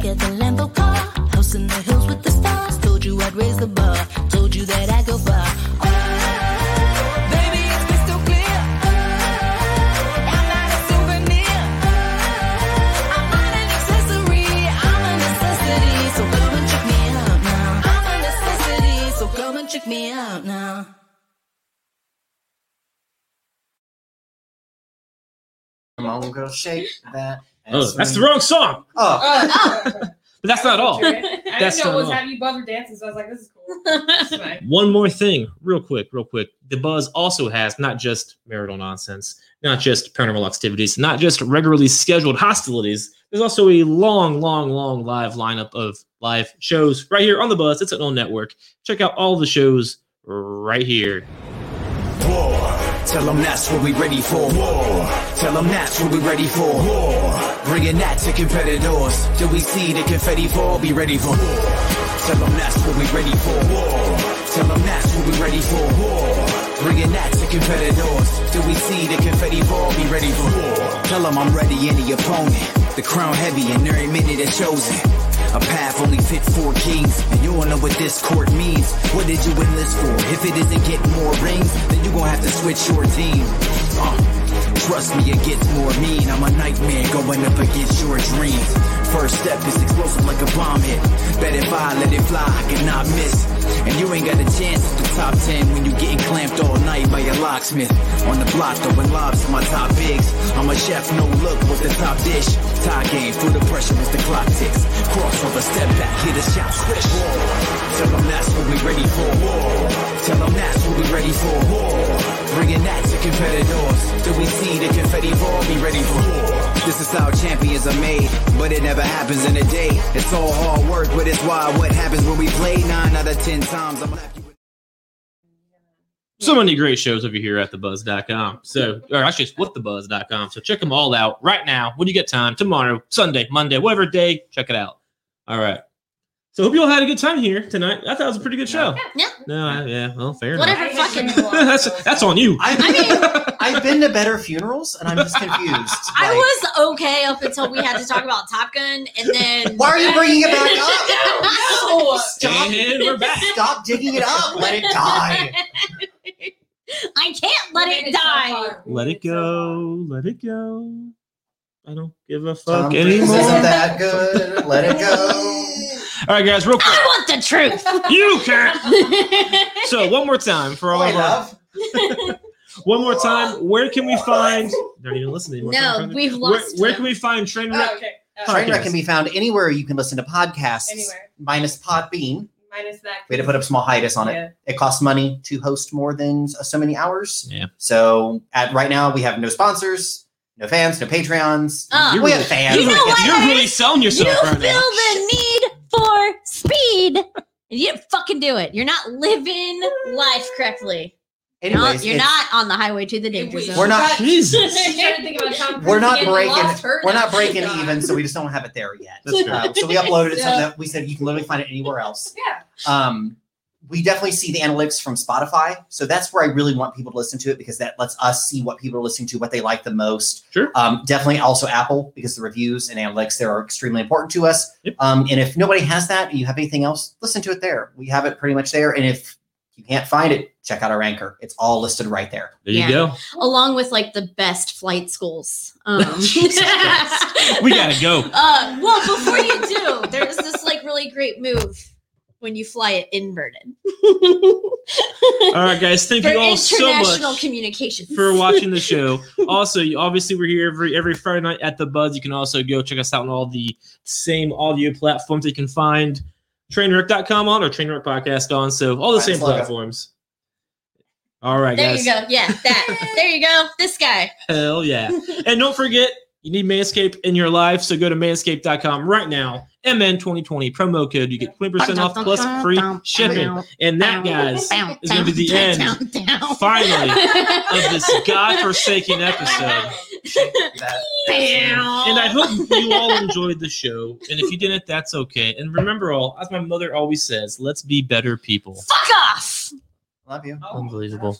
Speaker 7: Get the Lambo car, house in the hills with the stars. Told you I'd raise the bar, told you that I go far. Ah, Baby, it's crystal clear. Ah, I'm not a souvenir. Ah, I'm not an accessory. I'm a necessity, so come and check me out now. I'm a necessity, so come and check me out now.
Speaker 2: Come on, girl, shake that.
Speaker 1: Oh,
Speaker 2: ass
Speaker 1: that's the
Speaker 2: swing.
Speaker 1: wrong song,
Speaker 2: Oh,
Speaker 1: but that's not all.
Speaker 3: I didn't
Speaker 1: That's
Speaker 3: know
Speaker 1: not
Speaker 3: what was
Speaker 1: all.
Speaker 3: happening. Buzzer dances. I was like, this is cool. This is nice.
Speaker 1: One more thing, real quick, real quick. The Buzz also has not just marital nonsense, not just paranormal activities, not just regularly scheduled hostilities. There's also a long, long, long live lineup of live shows right here on the Buzz. It's an own network. Check out all the shows right here.
Speaker 8: War. Tell them that's what we ready for. War. Tell them that's what we ready for. War. Bringing that to competitors. Till we see the confetti fall? Be ready for war. Tell them that's what we ready for. War. Tell them that's what we ready for. War. Bringing that to competitors. Till we see the confetti fall? Be ready for war. Tell them I'm ready any opponent. The crown heavy and every minute is chosen. A path only fit for kings, and you don't know what this court means. What did you enlist for? If it isn't getting more rings, then you gon' have to switch your team. Uh, trust me, it gets more mean. I'm a nightmare going up against your dreams. First step is explosive like a bomb hit. Bet if I let it fly, I cannot miss. And you ain't got a chance at the top ten when you getting clamped all night by your locksmith. On the block, throwing lobs to my top bigs. I'm a chef, no look with the top dish. Tie game, feel the pressure as the clock ticks. Crossover, step back, hit a shot, swish. War. Tell them that's what we ready for. War. Tell them that's what we ready for. War. Bringing that to competitors. Till we see the confetti ball, be ready for war. This is how champions are made, but it never happens in a day. It's all hard work, but it's why what happens when we play nine out of ten times. I'm left you with.
Speaker 1: So many great shows over here at thebuzz.com. So, or actually, it's withthebuzz.com. So, check them all out right now when you get time tomorrow, Sunday, Monday, whatever day. Check it out. All right. So, hope you all had a good time here tonight. I thought it was a pretty good show.
Speaker 4: Yeah.
Speaker 1: No, I, yeah. Well, fair
Speaker 4: Whatever
Speaker 3: I just
Speaker 4: fucking
Speaker 3: didn't know.
Speaker 1: enough. that's that's on you.
Speaker 2: I've,
Speaker 4: I
Speaker 2: I've been to better funerals, and I'm just confused.
Speaker 4: I
Speaker 2: Like,
Speaker 4: was okay up until we had to talk about Top Gun and then
Speaker 2: Why are you bringing it back up?
Speaker 3: No!
Speaker 2: Stop,
Speaker 1: And we're back.
Speaker 2: stop digging it up. Let it die.
Speaker 4: I can't let
Speaker 3: Made
Speaker 4: it
Speaker 3: so
Speaker 4: die.
Speaker 3: hard.
Speaker 1: Let
Speaker 3: Made
Speaker 1: it
Speaker 3: so
Speaker 1: go. Let it go. I don't give a
Speaker 2: Tom
Speaker 1: fuck
Speaker 2: Cruise
Speaker 1: anymore.
Speaker 2: isn't
Speaker 1: All
Speaker 2: that good. Let it go.
Speaker 1: right, guys, real quick.
Speaker 4: I want the truth.
Speaker 1: You can't. So one more time for all
Speaker 2: Boy,
Speaker 1: of our.
Speaker 2: love.
Speaker 1: One more time. Where can we find? They're not even listening. anymore.
Speaker 4: no, we've
Speaker 1: Where,
Speaker 4: lost.
Speaker 1: where
Speaker 4: him.
Speaker 1: can we find train
Speaker 3: Oh,
Speaker 1: wreck?
Speaker 3: okay.
Speaker 1: Sorry.
Speaker 3: Uh,
Speaker 2: Trainwreck can be found anywhere you can listen to podcasts,
Speaker 3: Anywhere.
Speaker 2: minus Podbean.
Speaker 3: minus that.
Speaker 2: We had to put up small hiatus on it.
Speaker 3: Yeah.
Speaker 2: It costs money to host more than s- so many hours.
Speaker 1: Yeah.
Speaker 2: So at right now we have no sponsors, no fans, no Patreons.
Speaker 4: Uh,
Speaker 2: we have fans.
Speaker 4: You know what?
Speaker 1: You're really selling
Speaker 4: you
Speaker 1: yourself
Speaker 4: feel
Speaker 1: right now.
Speaker 4: the need for speed. And you didn't fucking do it. You're not living life correctly. You're not-
Speaker 2: Anyways,
Speaker 4: you're
Speaker 2: it's-
Speaker 4: not on the highway to the danger
Speaker 5: Wait,
Speaker 4: zone.
Speaker 2: We're not.
Speaker 1: Jesus.
Speaker 2: We're not
Speaker 5: Getting
Speaker 2: breaking.
Speaker 5: lost her
Speaker 2: We're
Speaker 5: now.
Speaker 2: not breaking
Speaker 5: God.
Speaker 2: even, so we just don't have it there yet.
Speaker 1: That's fair.
Speaker 2: Uh, so we uploaded it.
Speaker 5: Yeah.
Speaker 2: Something that we said you can literally find it anywhere else.
Speaker 3: Yeah.
Speaker 2: Um, we definitely see the analytics from Spotify, so that's where I really want people to listen to it because that lets us see what people are listening to, what they like the most.
Speaker 1: Sure.
Speaker 2: Um, definitely also Apple because the reviews and analytics there are extremely important to us.
Speaker 1: Yep.
Speaker 2: Um, and if nobody has that, and you have anything else, listen to it there. We have it pretty much there, and if you can't find it, check out our anchor. It's all listed right there.
Speaker 1: There you
Speaker 4: Yeah.
Speaker 1: go.
Speaker 4: Along with like the best flight schools. Um,
Speaker 1: Jesus Christ. We gotta go.
Speaker 4: Uh, well, before you do, there's this like really great move when you fly it inverted.
Speaker 1: All right, guys. Thank
Speaker 4: For
Speaker 1: you all so much.
Speaker 4: international communications.
Speaker 1: for watching the show. Also, you, obviously, we're here every every Friday night at the Buzz. You can also go check us out on all the same audio platforms that you can find trainwreck.com on or trainwreck podcast on. So all the
Speaker 2: Fine,
Speaker 1: same
Speaker 2: it's logo.
Speaker 1: platforms. All right,
Speaker 4: There
Speaker 1: guys.
Speaker 4: you go. Yeah, that. there you go. This guy.
Speaker 1: Hell yeah. and don't forget, you need Manscaped in your life. So go to manscaped.com right now. MN2020 promo code. You get 20% off plus free shipping. And that, guys, is going to be the end finally of this godforsaken episode.
Speaker 2: That-
Speaker 1: And I hope you all enjoyed the show. And if you didn't, that's okay. And remember all, as my mother always says, let's be better people.
Speaker 4: Fuck off.
Speaker 2: love you.
Speaker 1: Unbelievable.